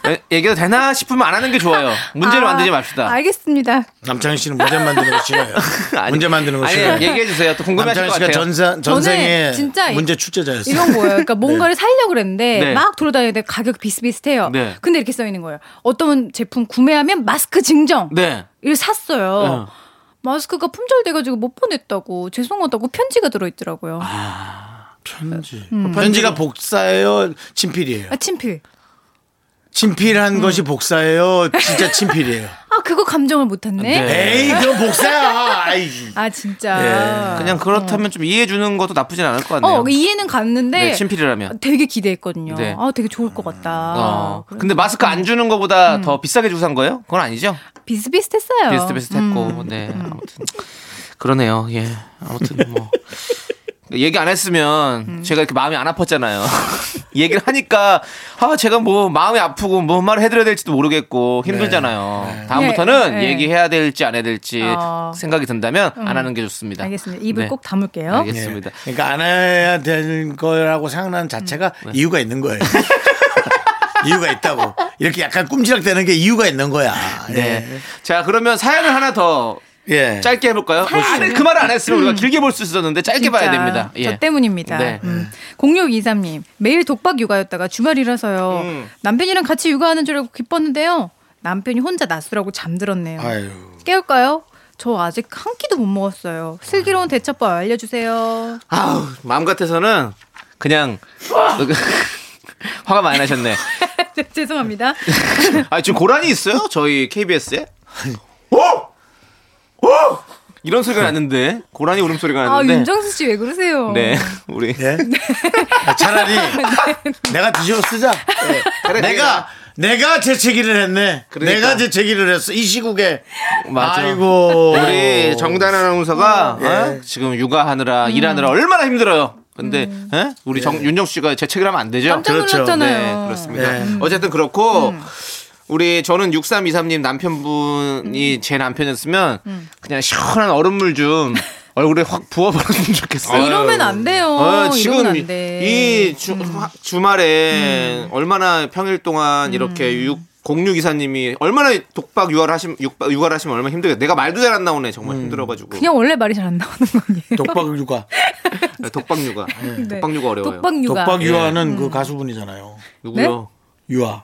S2: 예, 얘기해도 되나 싶으면 안 하는 게 좋아요. 문제를
S5: 아,
S2: 만들지 맙시다.
S5: 알겠습니다.
S1: 남창희 씨는 문제 만드는 거 싫어요.
S2: 아니,
S1: 문제 만드는 거
S2: 아니,
S1: 싫어요.
S2: 얘기해 주세요. 또 궁금해하실
S1: 남창희
S2: 것
S1: 씨가
S2: 같아요.
S1: 전사, 전생에
S5: 저는 진짜 이-
S1: 문제 출제자였어요.
S5: 이런 거예요. 그러니까 뭔가를 살려고 그랬는데
S2: 네.
S5: 막 돌아다니는데 가격 비슷비슷해요.
S2: 네.
S5: 근데 이렇게 써 있는 거예요. 어떤 제품 구매하면 마스크 증정.
S2: 네.
S5: 이걸 샀어요.
S2: 어.
S5: 마스크가 품절돼가지고 못 보냈다고 죄송하다고 편지가 들어있더라고요. 아,
S1: 편지.
S5: 음.
S1: 편지가 복사예요. 친필이에요.
S5: 아, 친필. 음.
S1: 친필한 것이 복사예요. 진짜 친필이에요.
S5: 아 그거 감정을 못했네.
S2: 네.
S1: 에이 그건 복사야. 아이.
S5: 아 진짜.
S2: 그냥 그렇다면 좀 이해해 주는 것도 나쁘진 않을 것 같네요.
S5: 어 이해는 갔는데
S2: 네, 친필이라면.
S5: 되게 기대했거든요.
S2: 네.
S5: 아 되게 좋을 것 같다.
S2: 어.
S5: 그래서
S2: 근데 마스크 안 주는 것보다 더 비싸게 주고 산 거예요? 그건 아니죠?
S5: 비슷비슷했어요. 음,
S2: 비슷비슷했고, 네. 아무튼. 그러네요, 예. 아무튼 뭐. 그러니까 얘기 안 했으면 제가 이렇게 마음이 안 아팠잖아요. 얘기를 하니까, 아, 제가 뭐 마음이 아프고 뭔 말을 해드려야 될지도 모르겠고 힘들잖아요. 다음부터는
S5: 네, 네.
S2: 얘기해야 될지 안 해야 될지
S5: 어. 음.
S2: 생각이 든다면 안 하는 게 좋습니다.
S5: 알겠습니다. 입을
S2: 네.
S5: 꼭 담을게요.
S2: 알겠습니다.
S1: 네.
S2: 음. 네.
S1: 그러니까 안 해야 될 거라고 생각하는 자체가 이유가 있는 거예요. 이유가 있다고. 이렇게 약간 꼼지락대는 게 이유가 있는 거야.
S2: 네. 자, 그러면 사연을 하나 더
S1: 예. 예.
S2: 짧게 해볼까요?
S5: 네. 사연을?
S2: 안
S5: 음.
S2: 해- 그 말을 안 했으면 우리가 길게 볼 수 있었는데 짧게 봐야
S5: 진짜
S2: 됩니다. 예.
S5: 저 때문입니다.
S2: 네.
S5: 음. 0623님 매일 독박 육아였다가 주말이라서요.
S2: 음.
S5: 남편이랑 같이 육아하는 줄 알고 기뻤는데요. 남편이 혼자 낮수라고 잠들었네요.
S1: 아유.
S5: 깨울까요? 저 아직 한 끼도 못 먹었어요. 슬기로운 대처법 알려주세요.
S2: 아우, 마음 같아서는 그냥 화가 많이 나셨네.
S5: 죄송합니다.
S2: 아, 지금 고란이 있어요? 저희 KBS에?
S1: 어?
S2: 이런 소리가 났는데 고란이 울음소리가
S5: 아
S2: 났는데.
S5: 윤정수 씨 왜 그러세요?
S2: 네. 우리
S1: 예? 아, 차라리 내가 뒤집어 쓰자. 네.
S2: 그래,
S1: 내가 내가 재채기를 했네.
S2: 그러니까.
S1: 내가 재채기를 했어. 이 시국에.
S2: 맞아.
S1: 아이고. 예.
S2: 우리 정단 아나운서가 어? 지금
S5: 음.
S2: 육아하느라 일하느라 얼마나 힘들어요. 근데 에? 우리 정,
S5: 네.
S2: 윤정수 씨가 재채기를 하면 안 되죠?
S5: 깜짝
S1: 그렇죠.
S5: 놀랐잖아요. 음.
S2: 네, 그렇습니다.
S1: 네.
S2: 어쨌든 그렇고 우리 저는 6323님
S5: 음.
S2: 남편분이 제 남편이었으면 그냥 시원한 얼음물 좀 얼굴에 확 부어버렸으면
S5: 아,
S2: 좋겠어요.
S5: 이러면 안 돼요.
S2: 어,
S5: 이러면
S2: 지금
S5: 안 돼. 음.
S2: 이 주, 화- 주말에 얼마나 평일 동안
S5: 음.
S2: 이렇게 육 공유 기사님이 얼마나 독박 육아를 하시면 육박 육아를 하시면 얼마나 힘들게 내가 말도 잘 안 나오네 정말 힘들어가지고
S5: 음. 그냥 원래 말이 잘 안 나오는 거예요.
S1: 독박 육아.
S2: 독박 육아
S5: 네.
S2: 독박 육아 어려워요
S5: 독박 네? 육아.
S1: 독박 유아는 그 가수분이잖아요.
S2: 누구요?
S1: 유아.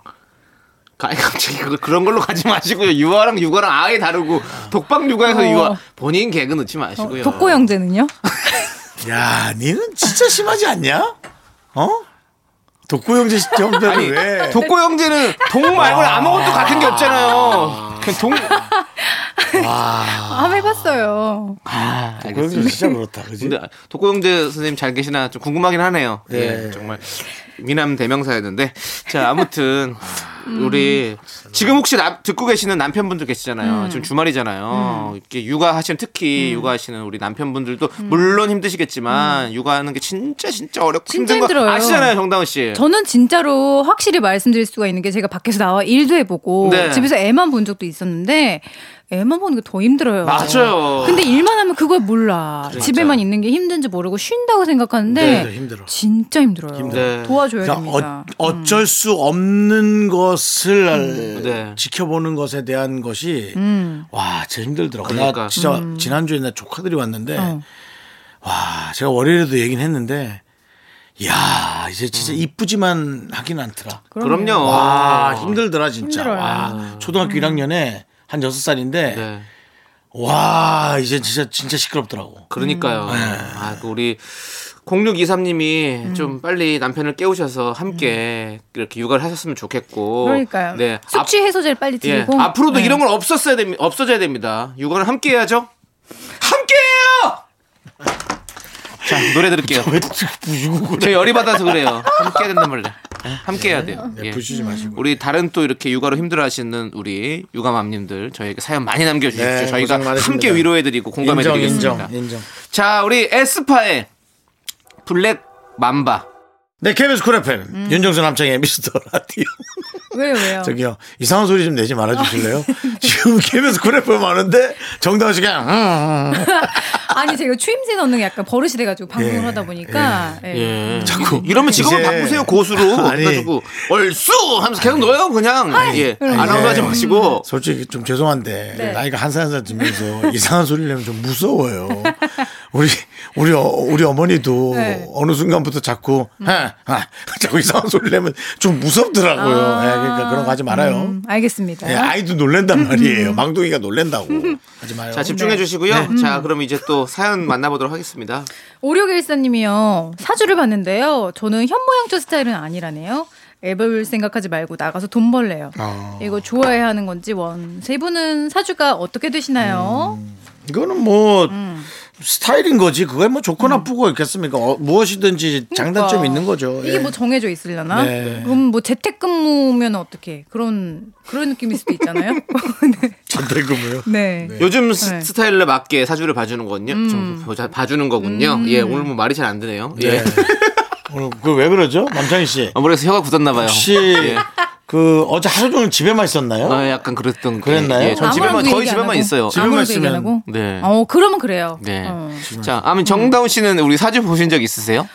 S2: 가- 갑자기 그- 그런 걸로 가지 마시고요 유아랑 육아랑 아예 다르고 독박 육아에서
S5: 어.
S2: 유아 본인 개그 넣지 마시고요
S5: 독고 형제는요?
S1: 야, 니는 진짜 심하지 않냐? 어? 독고 형제
S2: 아니
S1: 형제는 왜?
S2: 독고 형제는 동 말고는 아무것도 같은 게 없잖아요 그냥 동
S5: 아, 해봤어요.
S2: 아,
S1: 독고 형제 진짜 그렇다. 그지?
S2: 근데 독고 형제 선생님 잘 계시나 좀 궁금하긴 하네요.
S1: 네.
S2: 예, 정말 미남 대명사였는데 자 아무튼 우리 지금 혹시 남- 듣고 계시는 남편분들 계시잖아요. 지금 주말이잖아요. 이렇게 육아하시는 특히 육아하시는 우리 남편분들도 물론 힘드시겠지만 육아하는 게 진짜 진짜 어렵고
S5: 진짜
S2: 힘든 거
S5: 힘들어요.
S2: 아시잖아요, 정다은 씨.
S5: 저는 진짜로 확실히 말씀드릴 수가 있는 게 제가 밖에서 나와 일도 해보고
S2: 네.
S5: 집에서 애만 본 적도 있었는데 애만 보는 게 더 힘들어요.
S2: 맞아요.
S5: 근데 일만 하면 그걸 몰라. 집에만
S2: 맞아요.
S5: 있는 게 힘든지 모르고 쉰다고 생각하는데
S1: 네, 네, 힘들어.
S5: 진짜 힘들어요.
S2: 힘들어요.
S5: 도와줘야 됩니다.
S1: 그러니까 어, 쩔수 없는 것을 음.
S2: 네.
S1: 지켜보는 것에 대한 것이 음.
S5: 음.
S1: 와 진짜 힘들더라고.
S2: 그러니까.
S1: 나 진짜 지난주에 나 조카들이 왔는데 와 제가 월요일에도 얘기는 했는데 야 이제 진짜 이쁘지만 하긴 않더라.
S5: 그럼요.
S2: 그럼요.
S1: 와 어. 힘들더라 진짜.
S5: 힘들어요.
S1: 와 초등학교 1학년에 한 여섯 살인데
S2: 네.
S1: 와 이제 진짜 진짜 시끄럽더라고. 음.
S2: 그러니까요.
S1: 네.
S2: 아, 그 우리 0623님이
S1: 음.
S2: 좀 빨리 남편을 깨우셔서 함께 이렇게 육아를 하셨으면 좋겠고.
S5: 그러니까요.
S2: 네. 앞-
S5: 숙취 해소제를 빨리
S2: 예.
S5: 드리고
S2: 앞으로도
S5: 네.
S2: 이런 건 없었어야 됩니다. 없어져야 됩니다. 육아는 함께 해야죠. 함께 해요! 자, 노래 들을게요.
S1: 왜 부시고 그래?
S2: 저 열이 받아서 그래요. 함께 해야 된단 말이야. 함께 해야 돼요. 예.
S1: 네. 부시지 마시고.
S2: 우리 다른 또 이렇게 육아로 힘들어하시는 우리 육아맘님들 저희에게 사연 많이 남겨주십시오.
S1: 네,
S2: 저희가
S1: 고생 많으십니다.
S2: 함께 위로해드리고
S1: 인정
S2: 공감해드리겠습니다.
S1: 인정 예. 인정.
S2: 자, 우리 에스파의 블랙 맘바.
S1: 네, KBS 쿨 FM 윤정수 남창의 미스터 라디오.
S5: 왜요 왜요?
S1: 저기요 이상한 소리 좀 내지 말아 네. 주실래요? 지금 KBS 쿨 FM 많은데 정다은 씨 그냥 음, 음, 음.
S5: 아니 제가 추임새 넣는 게 약간 버릇이 돼가지고 방송을
S1: 예,
S5: 하다 보니까 예.
S1: 자꾸
S2: 음. 이러면 직업을
S1: 이제-
S2: 바꾸세요 고수로.
S1: 아니.
S2: 그래가지고 얼쑤 하면서 계속 넣어요 그냥. 예.
S1: 아니,
S2: 아나운서하지
S1: 예.
S2: 마시고.
S1: 솔직히 좀 죄송한데
S5: 네.
S1: 나이가 한 살 한 살 들면서 이상한 소리를 내면 좀 무서워요. 우리 우리 어, 우리 어머니도
S5: 네. 음.
S1: 어느 순간부터 자꾸 하, 하, 자꾸 이상한 소리를 내면 좀 무섭더라고요. 예,
S5: 아.
S1: 그러니까 그런 거 하지 말아요.
S5: 음, 알겠습니다.
S1: 예, 아이도 놀랜단 말이에요. 망둥이가 놀랜다고 하지 마요.
S2: 자 집중해 주시고요. 자 그럼 이제 또 사연 만나보도록 하겠습니다.
S5: 5614님이요. 사주를 봤는데요. 저는 현모양처 스타일은 아니라네요. 앱을 생각하지 말고 나가서 돈 벌래요. 이거 좋아해야 하는 건지 원. 세 분은 사주가 어떻게 되시나요?
S1: 음, 이거는 뭐
S5: 음.
S1: 스타일인 거지. 그거에 뭐 좋고 나쁘고 있겠습니까? 어, 무엇이든지 장단점이 있는 거죠.
S5: 그러니까. 이게
S1: 예.
S5: 뭐 정해져 있으려나?
S1: 네.
S5: 그럼 뭐 재택근무면 어떻게? 그런 그런 느낌일 수도 있잖아요.
S1: 전대금이요.
S5: 네.
S2: 요즘 스,
S5: 네. 음.
S2: 스타일에 맞게 사주를 봐주는 거군요. 좀 보자- 봐주는 거군요. 예 오늘 뭐 말이 잘 안 되네요. 예. 어,
S1: 예. 오늘 그왜 그러죠, 남창희 씨?
S2: 아무래도 혀가 굳었나 봐요.
S1: 혹시 그 어제 하루 종일 집에만 있었나요?
S2: 예. 아, 약간 그랬던 게-
S1: 그랬나요?
S2: 예, 전
S5: 뭐 아무랑도
S2: 집에만
S5: 얘기 안
S2: 거의 집에만
S5: 하고?
S2: 있어요.
S1: 집에만
S5: 아무래도
S1: 있으면-
S5: 얘기하고?
S2: 네.
S5: 어, 그러면 그래요.
S2: 네.
S5: 어.
S2: 자, 아면 정다운 씨는 우리 사주 보신 적 있으세요?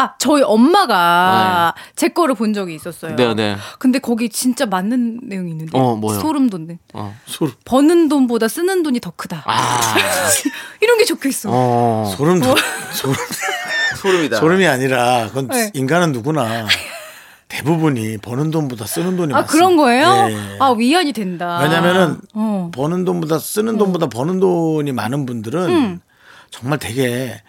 S5: 아 저희 엄마가 제 거를 본 적이 있었어요.
S2: 네, 네.
S5: 근데 거기 진짜 맞는 내용이 있는데
S2: 어, 뭐요?
S5: 소름 돋네.
S1: 어, 소름,
S5: 버는 돈보다 쓰는 돈이 더 크다.
S2: 아,
S5: 이런 게 적혀 있어.
S2: 어.
S1: 소름, 돋- 소름,
S6: 소름이다.
S1: 소름이 아니라 그건
S5: 네.
S1: 인간은 누구나 대부분이 버는 돈보다 쓰는 돈이
S5: 아
S1: 많습니다.
S5: 그런 거예요?
S1: 예, 예.
S5: 아 위안이 된다.
S1: 왜냐면은
S5: 어.
S1: 버는 돈보다 쓰는 돈보다 버는 돈이 많은 분들은
S5: 음.
S1: 정말 되게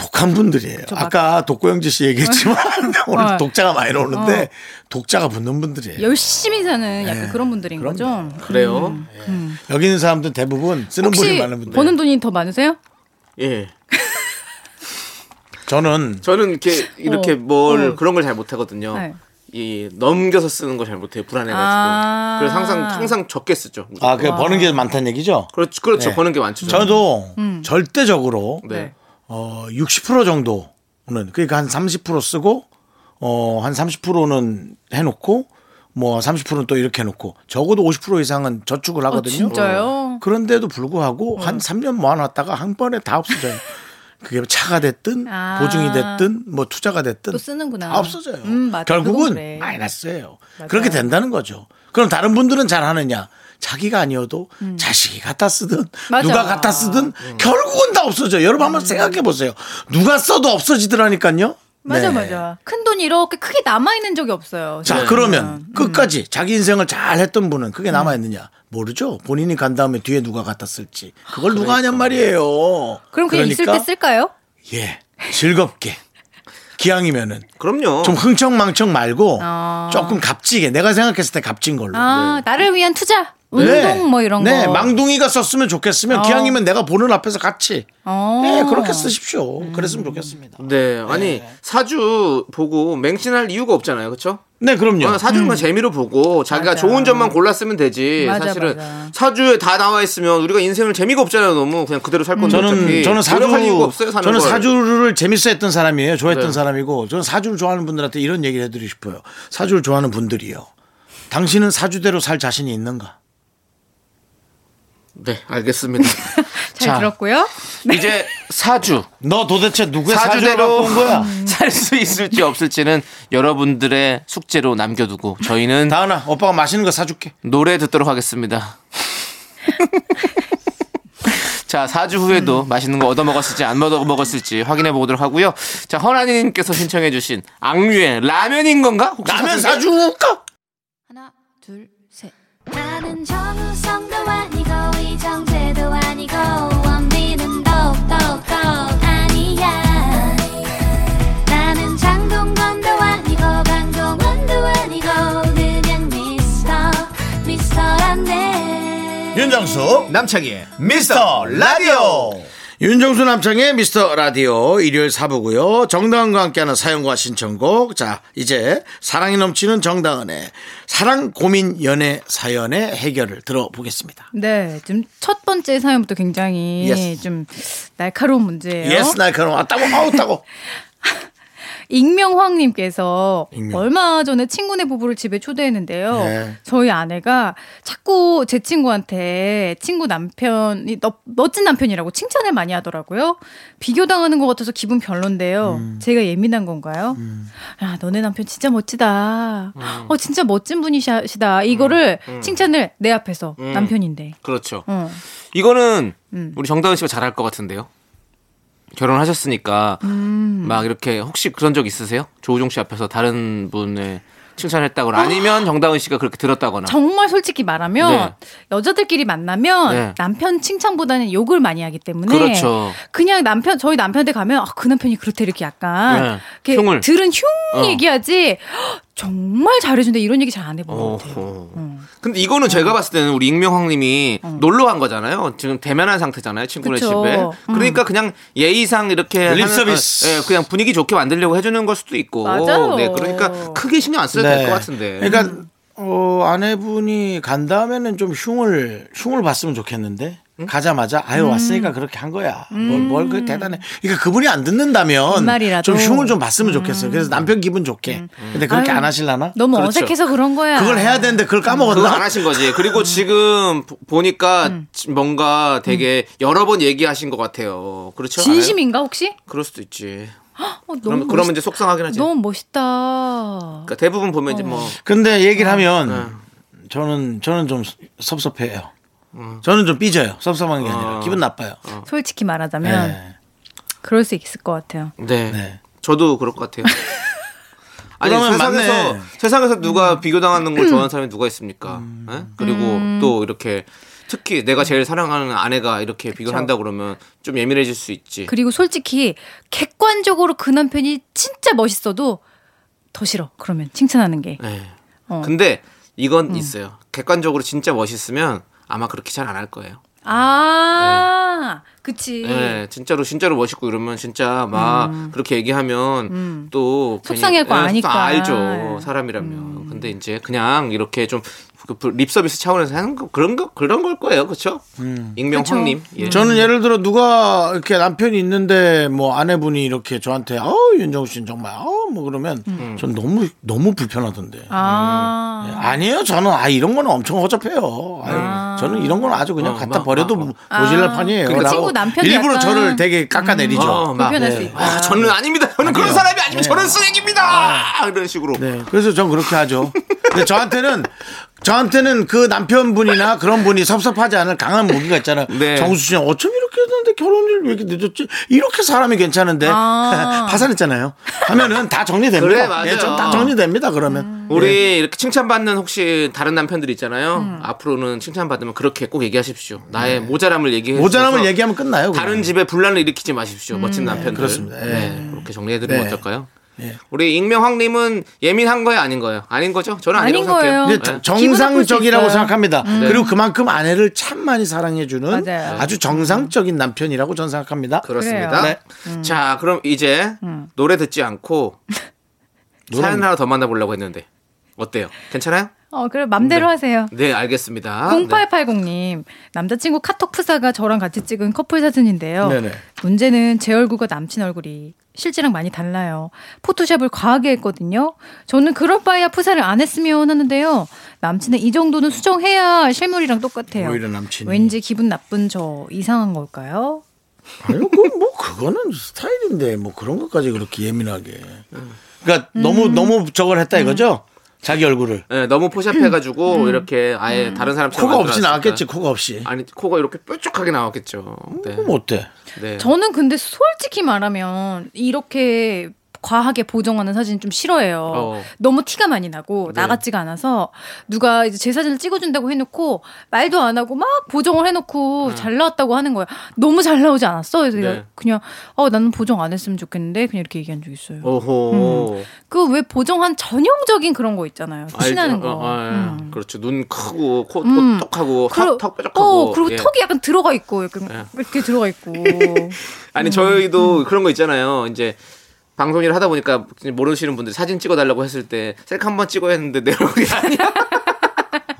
S1: 독한 분들이에요.
S5: 막-
S1: 아까 독고영지 씨 얘기했지만 오늘
S5: 어.
S1: 독자가 많이 나오는데 독자가 붙는 분들이에요.
S5: 열심히 사는 약간
S1: 예,
S5: 그런 분들인
S1: 그럼요.
S5: 거죠. 음.
S6: 그래요?
S1: 여기 있는 사람들 대부분 쓰는 돈이
S5: 혹시
S1: 많은 분들.
S5: 버는 돈이 더 많으세요?
S6: 예.
S1: 저는
S6: 저는 이렇게 이렇게
S5: 어.
S6: 뭘
S5: 어.
S6: 그런 걸 잘 못하거든요.
S5: 네.
S6: 이 넘겨서 쓰는 걸 잘 못해요. 불안해가지고.
S5: 아.
S6: 그래서 항상 항상 적게 쓰죠.
S1: 아, 그 버는 게 많다는 얘기죠.
S6: 그렇죠. 그렇죠.
S1: 네.
S6: 버는 게 많죠. 저는.
S1: 저도
S5: 음.
S1: 절대적으로
S6: 네.
S1: 어, 60% 정도는 그러니까 한 30% 쓰고 어, 한 30%는 해 놓고 뭐 30%는 또 이렇게 해 놓고 적어도 50% 이상은 저축을
S5: 아,
S1: 하거든요. 어.
S5: 진짜요? 음.
S1: 그런데도 불구하고 한 3년 모아놨다가 한 번에 다 없어져요. 그게 차가 됐든
S5: 아.
S1: 보증이 됐든 뭐 투자가 됐든
S5: 또 쓰는구나.
S1: 다 없어져요.
S5: 음, 맞아.
S1: 결국은
S5: 그건 그래.
S1: 마이너스예요.
S5: 맞아요.
S1: 그렇게 된다는 거죠. 그럼 다른 분들은 잘 하느냐? 자기가 아니어도
S5: 음.
S1: 자식이 갖다 쓰든
S5: 맞아. 음.
S1: 누가 갖다 쓰든 결국은 다 없어져요. 여러분 한번 생각해 보세요. 누가 써도 없어지더라니까요.
S5: 맞아
S1: 네.
S5: 맞아. 큰 돈이 이렇게 크게 남아 있는 적이 없어요.
S6: 네.
S1: 자, 그러면
S5: 음.
S1: 끝까지 자기 인생을 잘 했던 분은 그게 남아 있느냐? 모르죠. 본인이 간 다음에 뒤에 누가 갖다 쓸지. 그걸 누가 하냔 말이에요.
S5: 그러니까. 그럼 그냥 있을
S1: 그러니까?
S5: 때 쓸까요?
S1: 예. 즐겁게. 기왕이면은
S6: 그럼요.
S1: 좀 흥청망청 말고
S5: 아.
S1: 조금 값지게 내가 생각했을 때 값진 걸로.
S5: 아 나를 위한 투자, 운동 뭐 이런
S1: 네,
S5: 거.
S1: 망둥이가 썼으면 좋겠으면
S5: 어.
S1: 기왕이면 내가 보는 앞에서 같이.
S5: 어.
S1: 네, 그렇게 쓰십시오. 그랬으면 좋겠습니다.
S6: 네. 아니 사주 보고 맹신할 이유가 없잖아요. 그렇죠?
S1: 네, 그럼요.
S6: 어, 사주는 그냥 재미로 보고 자기가
S5: 음. 맞아.
S6: 좋은 점만 골랐으면 되지.
S5: 맞아,
S6: 사실은
S5: 맞아.
S6: 사주에 다 나와 있으면 우리가 인생을 재미가 없잖아요. 너무 그냥 그대로 살 건데
S1: 저는
S6: 어차피
S1: 저는 사주
S6: 노력할 이유가 없어요. 사는
S1: 저는
S6: 걸.
S1: 사주를 재밌어했던 사람이에요. 좋아했던
S6: 네.
S1: 사람이고 저는 사주를 좋아하는 분들한테 이런 얘기를 해드리고 싶어요. 사주를 좋아하는 분들이요. 당신은 사주대로 살 자신이 있는가?
S6: 네, 알겠습니다.
S5: 잘
S2: 자.
S5: 들었고요.
S2: 이제 사주
S1: 너 도대체 누구의 사주를 갖고
S2: 사주대로
S1: 온 거야?
S2: 살 수 있을지 없을지는 여러분들의 숙제로 남겨두고 저희는
S1: 다은아, 오빠가 맛있는 거 사줄게.
S2: 노래 듣도록 하겠습니다. 자, 4주 후에도 맛있는 거 얻어 먹었을지 안 얻어 먹었을지 확인해 보도록 하고요. 자, 허나니 님께서 신청해 주신 악뮤의 라면인 건가? 혹시
S1: 라면
S2: 사주인가요?
S1: 사줄까?
S5: 하나 둘 셋.
S3: 나는 정우성도 아니고 이정재도 아니고 원빈은 더욱더 아니야 나는 장동건도 아니고 강동원도 아니고 그냥 미스터 미스터란데
S1: 윤정수 남창희의 미스터 라디오 윤정수 남창희의 미스터 라디오 일요일 사부고요 정다은과 함께하는 사연과 신청곡 자 이제 사랑이 넘치는 정다은의 사랑 고민 연애 사연의 해결을 들어보겠습니다
S5: 네, 지금 첫 번째 사연부터 굉장히
S1: Yes.
S5: 좀 날카로운 문제예요.
S1: 예스 날카로운 왔다고 아웃다고
S5: 익명황님께서
S1: 익명.
S5: 얼마 전에 친구네 부부를 집에 초대했는데요.
S1: 네.
S5: 저희 아내가 자꾸 제 친구한테 친구 남편이 너- 멋진 남편이라고 칭찬을 많이 하더라고요. 비교당하는 것 같아서 기분 별론데요.
S1: 음.
S5: 제가 예민한 건가요? 야, 너네 남편 진짜 멋지다.
S1: 음.
S5: 어, 진짜 멋진 분이시다. 이거를 칭찬을 내 앞에서
S1: 음.
S5: 남편인데.
S2: 그렇죠.
S5: 어.
S2: 이거는
S5: 음.
S2: 우리 정다은 씨가 잘할 것 같은데요. 결혼하셨으니까
S5: 음.
S2: 막 이렇게 혹시 그런 적 있으세요? 조우종 씨 앞에서 다른 분을
S5: 어?
S2: 칭찬했다거나 아니면 정다은 씨가 그렇게 들었다거나.
S5: 정말 솔직히 말하면 여자들끼리 만나면
S2: 네.
S5: 남편 칭찬보다는 욕을 많이 하기 때문에
S2: 그렇죠.
S5: 냥 남편 저희 남편한테 가면 아, 그 남편이 그렇대 이렇게 약간
S2: 네,
S5: 이렇게
S2: 흉을.
S5: 들은 흉
S2: 어.
S5: 얘기하지 "헉, 정말 잘해준다 이런 얘기 잘 안 해본 것 같아요.
S2: 어허. 근데 이거는 제가 봤을 때는 우리 익명황님이 놀러 간 거잖아요. 지금 대면한 상태잖아요. 친구네
S5: 어. 그쵸. 음.
S2: 집에. 그러니까 그냥 예의상 이렇게
S1: 립
S2: 하는-
S1: 서비스.
S2: 어, 예, 그냥 분위기 좋게 만들려고 해주는 걸 수도 있고.
S5: 맞아요.
S2: 네, 그러니까 크게 신경 안 써도 될 것 같은데.
S1: 네. 그러니까 어, 아내분이 간 다음에는 좀 흉을 흉을 봤으면 좋겠는데 가자마자 아유 왔으니까 그렇게 한 거야. 뭘, 뭘 그렇게 대단해. 그러니까 그분이 안 듣는다면
S5: 그 말이라도.
S1: 좀 흉을 좀 봤으면 좋겠어요. 그래서 남편 기분 좋게. 근데 그렇게
S5: 아유,
S1: 안 하실라나?
S5: 너무
S2: 그렇죠.
S5: 어색해서 그런 거야.
S1: 그걸 해야 되는데 그걸
S2: 그거 안
S1: 까먹었나?
S2: 하신 거지. 그리고 지금 보- 보니까
S5: 음.
S2: 지- 뭔가 되게 여러 번 얘기하신 것 같아요. 그렇죠? 않아요?
S5: 진심인가 혹시?
S2: 그럴 수도 있지.
S5: 어, 너무
S2: 그럼 그러면 이제 속상하긴 하지.
S5: 너무 어. 멋있다.
S2: 그러니까 대부분 보면 이제 뭐
S1: 근데 얘기를 하면 저는 저는 좀 섭섭해요. 저는 좀 삐져요. 섭섭한 게 아니라 기분 나빠요.
S2: 그-
S5: 솔직히
S1: 네.
S5: 말하자면 그럴 수 있을 것 같아요.
S2: 네.
S1: 네.
S2: 저도 그럴 것 같아요. 아니
S1: 그러면
S2: 세상에서
S1: 맞네. 음.
S2: 세상에서 누가 비교당하는
S5: 음.
S2: 걸 좋아하는 사람이 누가 있습니까? 예? 그리고 또 이렇게 특히
S5: 음.
S2: 내가 제일 사랑하는 아내가 이렇게 비교를 한다 그러면 좀 예민해질 수 있지.
S5: 그리고 솔직히 객관적으로 그 남편이 진짜 멋있어도 더 싫어. 그러면 칭찬하는 게.
S2: 네.
S5: 어. 음.
S2: 근데 이건 있어요. 객관적으로 진짜 멋있으면 아마 그렇게 잘 안 할 거예요.
S5: 아, 그치.
S2: 예, 진짜로 진짜로 멋있고 이러면 진짜 막 그렇게 얘기하면 또 괜히-
S5: 음. 속상해할 거 예.
S2: 예,
S5: 아니까.
S2: 속상- 알죠 사람이라면.
S5: 음.
S2: 근데 이제 그냥 이렇게 좀 립 서비스 차원에서 하는 거 그런 거 그런 걸 거예요, 그렇죠? 익명
S5: 그쵸. 음.
S2: 황님. 예.
S1: 음. 저는 예를 들어 누가 이렇게 남편이 있는데 뭐 아내분이 이렇게 저한테 아우 윤정수 씨는 정말 아우 뭐 그러면 전 너무 너무 불편하던데.
S5: 음. 아.
S2: 음. 네.
S1: 아니에요. 저는 아 이런 거는 엄청 허접해요. 아유, 저는 이런 건 아주 그냥
S2: 어,
S1: 갖다
S2: 막,
S1: 버려도
S2: 막,
S1: 모질랄 판이에요.
S5: 그
S1: 라고
S5: 친구 남편이
S1: 일부러
S5: 약간-
S1: 저를 되게 깎아내리죠.
S2: 어, 막,
S5: 불편할 수
S2: 네.
S5: 있다.
S2: 아, 저는 아닙니다. 저는 그런 사람이 아니면 저는 쓰레기입니다. 이런 식으로.
S1: 네, 그래서 전 그렇게 하죠. 근데 저한테는 저한테는 그 남편분이나 그런 분이 섭섭하지 않을 강한 무기가 있잖아요.
S2: 네.
S1: 정수 씨는 어쩜 이렇게 했는데 결혼일 왜 이렇게 늦었지? 이렇게 사람이 괜찮은데
S5: 아.
S1: 파산했잖아요. 하면은 다 정리됩니다.
S2: 그래, 맞아요.
S1: 예, 좀다 정리됩니다. 그러면
S5: 음.
S2: 우리
S1: 네.
S2: 이렇게 칭찬받는 혹시 다른 남편들 있잖아요.
S5: 음.
S2: 앞으로는 칭찬받으면 그렇게 꼭 얘기하십시오. 나의 모자람을 얘기해.
S1: 네. 모자람을
S2: 주셔서
S1: 얘기하면 끝나요. 그냥.
S2: 다른 집에 분란을 일으키지 마십시오. 멋진 남편들.
S1: 음, 그렇습니다. 예.
S2: 네, 그렇게 정리해드리면
S1: 네.
S2: 어떨까요?
S1: 예.
S2: 우리 익명황님은 예민한 거예요, 아닌 거예요? 아닌 거죠? 저는 아니라고
S5: 아닌 거예요.
S2: 생각해요.
S1: 근데
S5: 네. 기분
S1: 정상적이라고
S5: 나쁠 수 있어요. 음. 네.
S1: 생각합니다. 그리고 그만큼 아내를 참 많이 사랑해주는
S5: 맞아요.
S1: 아주 정상적인 남편이라고 전 생각합니다.
S2: 그렇습니다.
S1: 그래요.
S2: 자, 그럼 이제 노래 듣지 않고 사연 하나 더 만나보려고 했는데 어때요? 괜찮아요?
S5: 어, 그래, 맘대로 하세요.
S2: 네, 알겠습니다. 네.
S5: 0880님 남자친구 카톡 프사가 저랑 같이 찍은 커플 사진인데요.
S1: 네네.
S5: 문제는 제 얼굴과 남친 얼굴이 실제랑 많이 달라요. 포토샵을 과하게 했거든요. 저는 그럴 바에야 프사를 안 했으면 하는데요. 남친은 이 정도는 수정해야 실물이랑 똑같아요.
S1: 오히려 남친이.
S5: 왠지 기분 나쁜 저 이상한 걸까요?
S1: 아니 그뭐 그거는 스타일인데 뭐 그런 것까지 그렇게 예민하게. 그러니까
S2: 음.
S1: 너무 너무 저걸 했다 이거죠? 자기 얼굴을
S2: 네, 너무 포샵해가지고 이렇게 아예 다른 사람처럼
S1: 코가 없이
S2: 만들어놨으니까.
S1: 나왔겠지 코가 없이.
S2: 아니 코가 이렇게 뾰족하게 나왔겠죠. 네.
S1: 그럼 어때?
S2: 네.
S5: 저는 근데 솔직히 말하면 이렇게 과하게 보정하는 사진 좀 싫어해요.
S2: 어. 네.
S5: 너무 티가 많이 나고 나 같지가 않아서 누가 이제 제 사진을 찍어준다고 해놓고 말도 안 하고 막 보정을 해놓고 잘 나왔다고 하는 거야. 너무 잘 나오지 않았어. 그래서
S2: 음. 네.
S5: 그냥 어 나는 보정 안 했으면 좋겠는데 그냥 이렇게 얘기한 적 있어요.
S2: 오호.
S5: 그 왜 보정한 전형적인 그런 거 있잖아요.
S2: 알죠.
S5: 티나는 거.
S2: 어, 어, 예.
S5: 음.
S2: 그렇죠. 눈 크고 코, 코
S5: 음.
S2: 똑하고
S5: 그리고-
S2: 턱, 턱 뾰족하고.
S5: 어, 그리고
S2: 예.
S5: 턱이 약간 들어가 있고 이렇게, 이렇게 들어가 있고. 음,
S2: 아니 저희도 그런 거 있잖아요. 이제 방송 일 하다 보니까 모르시는 분들 이 사진 찍어달라고 했을 때 셀카 한 번 찍어야 했는데 내 얼굴이 아니야.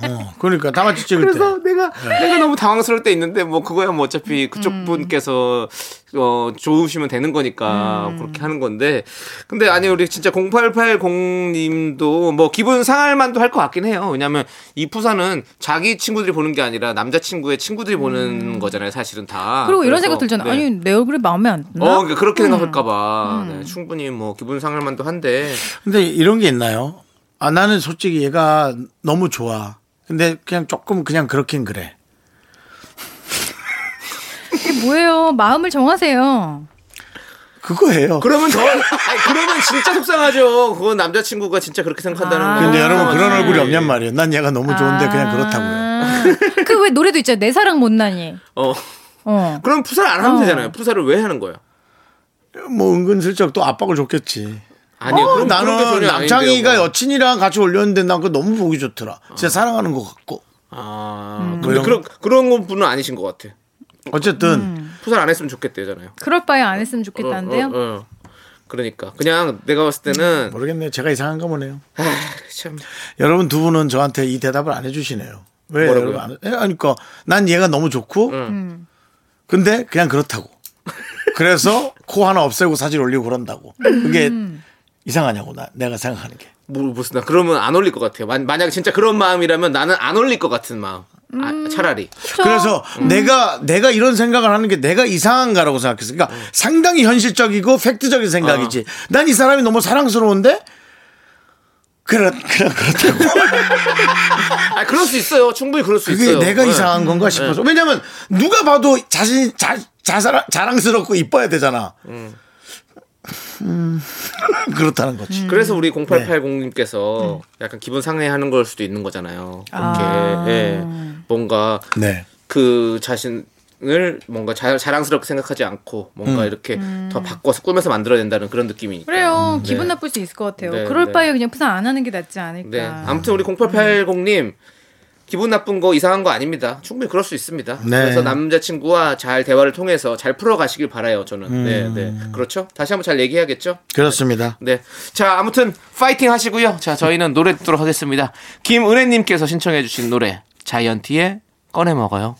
S1: 어, 그러니까 다 같이 찍을 때. 네.
S2: 그래서 내가 내가 너무 당황스러울 때 있는데 뭐 그거야 뭐
S5: 음.
S2: 어차피 그쪽 분께서 어 좋으시면 되는
S5: 음.
S2: 거니까 그렇게 하는 건데 근데 아니 우리 진짜 0880님도 뭐 기분 상할 만도 할 것 같긴 해요 왜냐하면 이 푸사는 자기 친구들이 보는 게 아니라 남자친구의 친구들이 보는 거잖아요 사실은 다
S5: 음. 그리고 이런
S2: 그래서,
S5: 생각 들잖아.
S2: 네.
S5: 아니 내 얼굴이 마음에 음. 안 드나?
S2: 어, 그러니까 그렇게 생각할까봐 네, 충분히 뭐 기분 상할 만도 한데
S1: 근데 이런 게 있나요? 아 나는 솔직히 얘가 너무 좋아. 근데 그냥 조금 그냥 그렇긴 그래.
S5: 이게 뭐예요? 마음을 정하세요.
S1: 그거예요.
S2: 그러면 더 아니, 그러면 진짜 속상하죠. 그건 남자친구가 진짜 그렇게 생각한다는
S5: 아.
S2: 거.
S1: 근데 여러분 그런
S2: 아.
S1: 얼굴이 없냔 말이에요. 난 얘가 너무 뭐 좋은데 그냥 그렇다고요.
S5: 그렇다고요. 그 왜 노래도 있잖아요. 내 사랑 못난이.
S2: 어.
S5: 어.
S2: 그럼 푸사를 안 하면
S5: 어.
S2: 되잖아요. 푸사를 왜 하는 거예요?
S1: 뭐 은근슬쩍 또 압박을 줬겠지.
S2: 아니요.
S1: 어,
S2: 그럼
S1: 나는
S2: 그런 게 전혀
S1: 남창희가
S2: 아닌데요, 뭐.
S1: 여친이랑 같이 올렸는데 난 그거 너무 보기 좋더라. 진짜 사랑하는 것 같고.
S2: 아,
S1: 뭐
S2: 근데 그런 그런 건 분은 아니신 것 같아.
S1: 어쨌든
S2: 푸사를 안 했으면 좋겠대잖아요.
S5: 그럴 바에 안 했으면 좋겠다는데요.
S2: 어, 어, 어. 그러니까 그냥 내가 봤을 때는
S1: 모르겠네요. 제가 이상한가 보네요.
S2: 아, 참
S1: 여러분 두 분은 저한테 이 대답을 안 해주시네요. 왜
S2: 뭐라고요?
S1: 여러분 안? 해? 아니, 그러니까 난 얘가 너무 좋고. 근데 그냥 그렇다고. 그래서 코 하나 없애고 사진 올리고 그런다고. 그게 이상하냐고 나 내가 생각하는 게.
S2: 뭐, 무슨 나 그러면 안 올릴 것 같아요. 만, 만약에 진짜 그런 마음이라면 나는 안 올릴 것 같은 마음.
S6: 아, 차라리
S5: 그렇죠.
S1: 그래서 내가 내가 이런 생각을 하는 게 내가 이상한가라고 생각했어. 그러니까
S6: 음.
S1: 상당히 현실적이고 팩트적인 생각이지.
S6: 어.
S1: 난 이 사람이 너무 사랑스러운데 그래 그래 그렇다고
S6: 아 그럴 수 있어요 충분히 그럴 수
S1: 그게
S6: 있어요
S1: 내가
S6: 네.
S1: 이상한 건가 싶어서. 왜냐면 누가 봐도 자신 자 자사랑, 자랑스럽고 이뻐야 되잖아. 음, 그렇다는 거지.
S2: 음.
S6: 그래서 우리 0880님께서 약간 기분 상해하는 걸 수도 있는 거잖아요 이렇게 예. 뭔가
S1: 네.
S6: 그 자신을 뭔가 자, 자랑스럽게 생각하지 않고 뭔가
S1: 음.
S6: 이렇게 더 바꿔서 꾸며서 만들어야 된다는 그런 느낌이니까
S5: 그래요.
S6: 네.
S5: 기분 나쁠 수 있을 것 같아요.
S6: 네,
S5: 그럴
S6: 네.
S5: 바에 그냥 부산 안 하는 게 낫지 않을까.
S6: 네. 아무튼 우리 0880님 기분 나쁜 거 이상한 거 아닙니다. 충분히 그럴 수 있습니다.
S1: 네.
S6: 그래서 남자친구와 잘 대화를 통해서 잘 풀어가시길 바라요. 저는.
S5: 음.
S6: 네, 네. 그렇죠. 다시 한번 잘 얘기해야겠죠.
S1: 그렇습니다.
S6: 네. 자, 아무튼 파이팅 하시고요.
S2: 자, 저희는 노래 듣도록 하겠습니다. 김은혜님께서 신청해주신 노래, 자이언티의 꺼내 먹어요.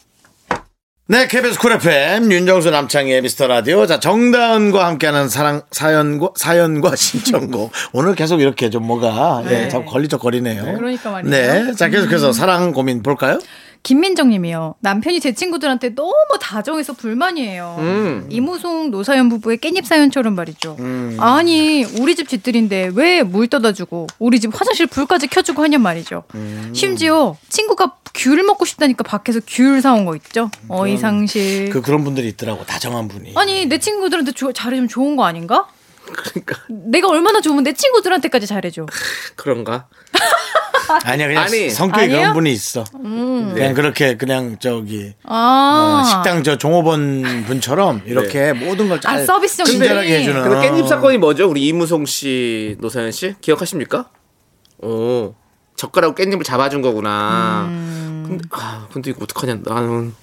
S1: 네, KBS 쿨 FM 윤정수 남창희의 미스터 라디오. 자, 정다은과 함께하는 사랑 사연과 사연과 신청곡. 오늘 계속 이렇게 좀 뭐가 예,
S5: 네.
S1: 자꾸 걸리적거리네요.
S5: 그러니까 말이죠.
S1: 네, 자 계속해서 사랑 고민 볼까요?
S5: 김민정님이요. 남편이 제 친구들한테 너무 다정해서 불만이에요.
S6: 음.
S5: 이모송 노사연 부부의 깻잎 사연처럼 말이죠. 아니 우리 집 집들인데 왜 물 떠다주고 우리 집 화장실 불까지 켜주고 하냔 말이죠.
S6: 음.
S5: 심지어 친구가 귤 먹고 싶다니까 밖에서 귤 사온 거 있죠.
S6: 음.
S5: 어이상실.
S1: 그 그런 분들이 있더라고 다정한 분이.
S5: 아니 내 친구들한테 조- 잘해주면 좋은 거 아닌가? 그러니까 내가 얼마나 좋으면 내 친구들한테까지 잘해줘.
S6: 그런가?
S1: 아니야 그냥
S6: 아니.
S1: 성격이 그런
S5: 아니에요? 음.
S1: 분이 있어. 그냥 그렇게 그냥 저기
S5: 아
S1: 어,
S6: 네,
S1: 식당 저 종업원 분처럼 이렇게 모든 걸 잘
S5: 아, 서비스 정신이.
S1: 친절하게 해주는.
S6: 근데 네. 깻잎 사건이 뭐죠? 우리 이무송 씨, 노사연 씨 기억하십니까? 오. 젓가락 깻잎을 잡아준 거구나. 근데 아, 근데 이거 어떡하냐? 나는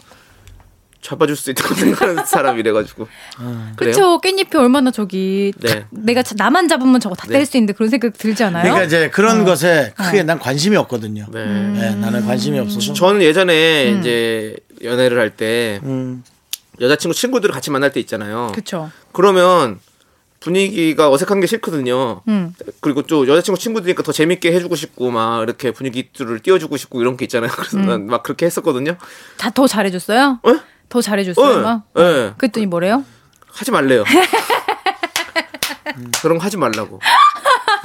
S6: 잡아줄 수 있다고 생각하는 사람이래 가지고. 그래요?
S5: 그렇죠. 깻잎이 얼마나 저기
S6: 네.
S5: 탁 내가 자- 나만 잡으면 저거 다 뗄 수 있는데 그런 생각 들지 않아요?
S1: 그러니까 이제
S5: 어.
S1: 그런 것에 크게 난 관심이 없거든요.
S6: 네.
S1: 네, 나는 관심이 없어서.
S6: 저는 예전에 이제 연애를 할 때 여자친구 친구들을 같이 만날 때 있잖아요.
S5: 그렇죠.
S6: 그러면 분위기가 어색한 게 싫거든요.
S5: 음.
S6: 그리고 또 여자친구 친구들이니까 더 재밌게 해주고 싶고 막 이렇게 분위기들을 띄워주고 싶고 이런 게 있잖아요. 그래서
S5: 음.
S6: 난 막 그렇게 했었거든요.
S5: 다더 잘해줬어요?
S6: 어?
S5: 더
S6: 어,
S5: 잘해줬어요? 막?
S6: 예.
S5: 그랬더니 뭐래요?
S6: 하지 말래요. 그런 거 하지 말라고.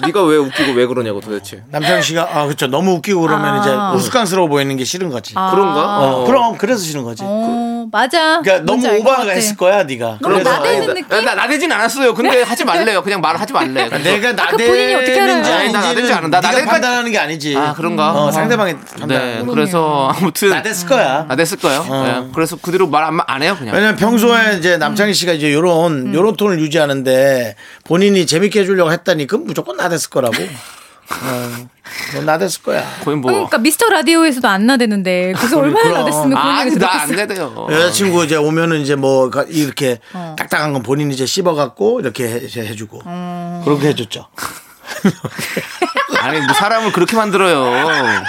S6: 네가 왜 웃기고 왜 그러냐고 도대체.
S1: 남창희 씨가 아 그렇죠 너무 웃기고 그러면
S5: 아.
S1: 이제 우스꽝스러워 보이는 게 싫은 거지.
S6: 그런가?
S1: 어, 그럼 그래서 싫은 거지.
S5: 어 맞아.
S1: 그러니까 너무
S5: 뭔지 알것
S1: 오바가
S5: 같아.
S1: 했을 거야 네가.
S5: 너무
S1: 그래서
S5: 나대는
S1: 아니다.
S5: 느낌?
S2: 나, 나대진 않았어요. 근데 하지 말래요. 그냥 말하지 말래.
S1: 아, 내가
S5: 그 본인이 어떻게
S1: 나대는지
S5: 알아요?
S2: 아니, 나 나대지 않아.
S1: 아닌지는
S2: 나
S1: 네가
S2: 나대까지-
S1: 판단하는 게 아니지.
S2: 아, 그런가?
S1: 어, 상대방이
S2: 네,
S1: 판단.
S2: 그래서 아무튼
S1: 나댔을 거야.
S2: 나댔을 거예요.
S5: 어.
S2: 네, 그래서 그 뒤로 말 안 해요, 그냥.
S1: 왜냐면 평소에 이제 남창희 씨가 이제 요런
S5: 음.
S1: 요런 톤을 유지하는데 본인이 재밌게 해주려고 했다니 그건 무조건 나댔을 거라고. 어, 넌 나댔을 거야.
S2: 거의 뭐.
S5: 그러니까 미스터 라디오에서도 안 나대는데 그래서 얼마나
S1: 그럼.
S5: 나댔으면 그런
S2: 아,
S5: 얘기
S2: 나안
S5: 들었겠어.
S2: 나대요.
S1: 여자친구 이제 오면은 이제 뭐 가- 이렇게
S5: 어.
S1: 딱딱한 건 본인이 이제 씹어갖고 이렇게 해, 이제 해주고
S5: 음.
S1: 그렇게 해줬죠.
S2: 아니, 뭐 사람을 그렇게 만들어요.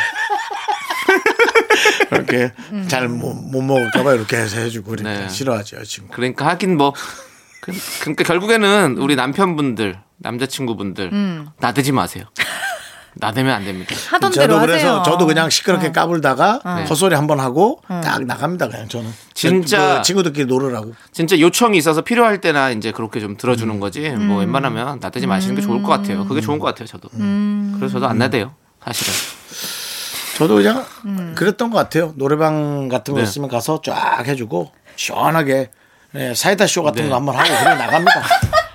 S1: 이렇게
S5: 음.
S1: 잘 못 먹을까봐 이렇게 해서 해주고 그러니까
S2: 네.
S1: 싫어하죠 여자친구.
S2: 그러니까 하긴 뭐 그- 그러니까 결국에는 우리 남편분들 남자친구분들
S5: 음.
S2: 나대지 마세요 나대면 안 됩니다
S5: 하던 대로
S1: 저도
S5: 하세요. 어. 네.
S1: 그래서 저도 그냥 시끄럽게 까불다가 헛소리 한 번 하고 딱 나갑니다 그냥 저는
S2: 진짜.
S1: 그 친구들끼리 놀으라고
S2: 진짜 요청이 있어서 필요할 때나 이제 그렇게 좀
S5: 음.
S2: 들어주는 거지 뭐 웬만하면 나대지 마시는 게 좋을 것 같아요 그게 좋은 것 같아요 저도
S5: 음.
S2: 그래서 저도 안 나대요 사실은
S1: 저도 그냥
S5: 음.
S1: 그랬던 것 같아요 노래방 같은 거
S2: 네.
S1: 있으면 가서 쫙 해주고 시원하게 예, 사이다 쇼 같은
S2: 네.
S1: 거 한 번 하고 그냥 나갑니다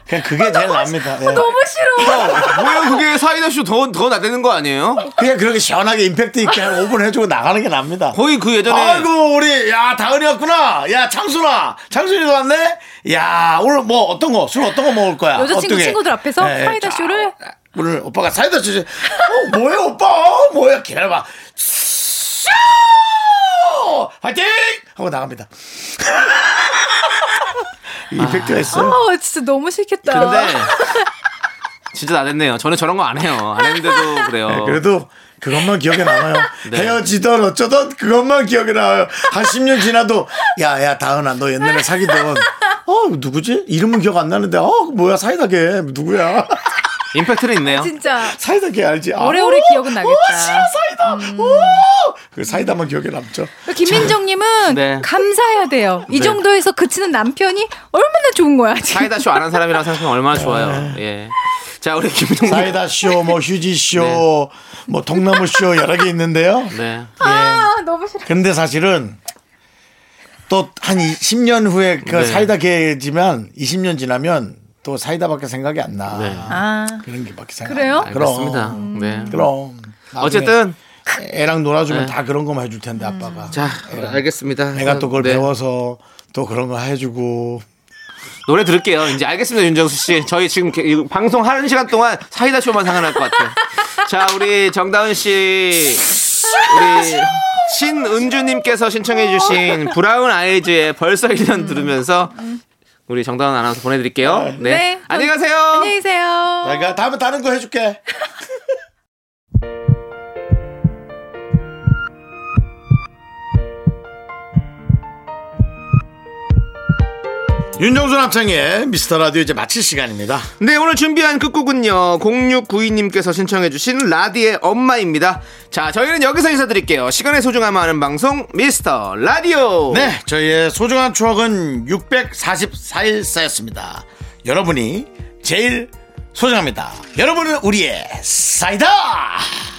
S1: 그냥 그게 제일 납니다 예.
S5: 아, 너무
S2: 아,
S5: 싫어.
S2: 뭐야 그게 사이다쇼 더, 더 나대는 거 아니에요?
S1: 그냥 그렇게 시원하게 임팩트 있게 한 5분 해주고 나가는 게 납니다
S2: 거의 그 예전에
S1: 아이고 우리 야 다은이 왔구나 야 창순아 창순이도 왔네 야 오늘 뭐 어떤 거 술 어떤 거 먹을 거야
S5: 여자친구
S1: 어떻게?
S5: 친구들 앞에서
S1: 예,
S5: 사이다
S1: 자,
S5: 쇼를?
S1: 오늘 오빠가 사이다 주지 어 뭐야 오빠 어, 뭐야 기다려봐 쇼 화이팅 하고 나갑니다 이 이펙트가 있어요
S5: 아 진짜 너무 싫겠다.
S2: 근데 진짜 나댔네요 저는 저런 거 안 해요 안 했는데도 그래요
S1: 네, 그래도 그것만 기억에 남아요. 헤어지던 어쩌던 그것만 기억에 남아요. 한 10년 지나도 야야 다은아 너 옛날에 사귀던 어 누구지? 이름은 기억 안 나는데 어 뭐야 사이다게 누구야?
S2: 임팩트는 있네요.
S5: 진짜
S1: 사이다 걔 알지? 아,
S5: 오래오래
S1: 오,
S5: 기억은 나겠다. 음.
S1: 오, 싫어 사이다. 오, 그 사이다만 기억에 남죠.
S5: 김민정님은
S2: 네.
S5: 감사해야 돼요. 이
S2: 네.
S5: 정도에서 그치는 남편이 얼마나 좋은 거야. 지금.
S2: 사이다 쇼 안 한 사람이랑 생각하면 얼마나 좋아요. 예. 자 우리 김민정 님.
S1: 네. 사이다 쇼, 뭐 휴지 쇼, 뭐 통나무 쇼 여러 개 있는데요.
S2: 네.
S5: 아 너무 싫어.
S1: 근데 사실은 또 한 10년 후에 그
S2: 네.
S1: 사이다 개지만 20년 지나면 또 사이다밖에 생각이 안 나.
S2: 네.
S5: 아
S1: 그런 게밖에 생각.
S5: 그래요?
S1: 안 나.
S2: 알겠습니다.
S1: 그럼.
S2: 네.
S1: 그럼. 나중에
S2: 어쨌든
S1: 애랑 놀아주면
S2: 네. 음.
S1: 다 그런 거만 해줄 텐데 아빠가.
S2: 자 알겠습니다.
S1: 네. 내가 또 그걸
S2: 네.
S1: 배워서 또 그런 거 해주고
S2: 노래 들을게요. 이제 알겠습니다, 윤정수 씨. 저희 지금 개- 이 방송 하는 시간 동안 사이다 쇼만 상관할 것 같아요. 자, 우리 정다은 씨, 우리 신은주님께서 신청해주신 브라운 아이즈의 벌써 1년 들으면서 우리 정다은 아나운서 보내드릴게요. 네,
S5: 네.
S2: 안녕히 가세요.
S5: 안녕히 계세요.
S1: 내가 다음에 다른 거 해줄게. 윤정수 남창의 미스터 라디오 이제 마칠 시간입니다.
S2: 네, 오늘 준비한 끝곡은요. 0692님께서 신청해주신 라디의 엄마입니다. 자, 저희는 여기서 인사드릴게요. 시간의 소중함을 아는 방송 미스터 라디오.
S1: 네, 저희의 소중한 추억은 644일 쌓였습니다. 여러분이 제일 소중합니다. 여러분은 우리의 사이다!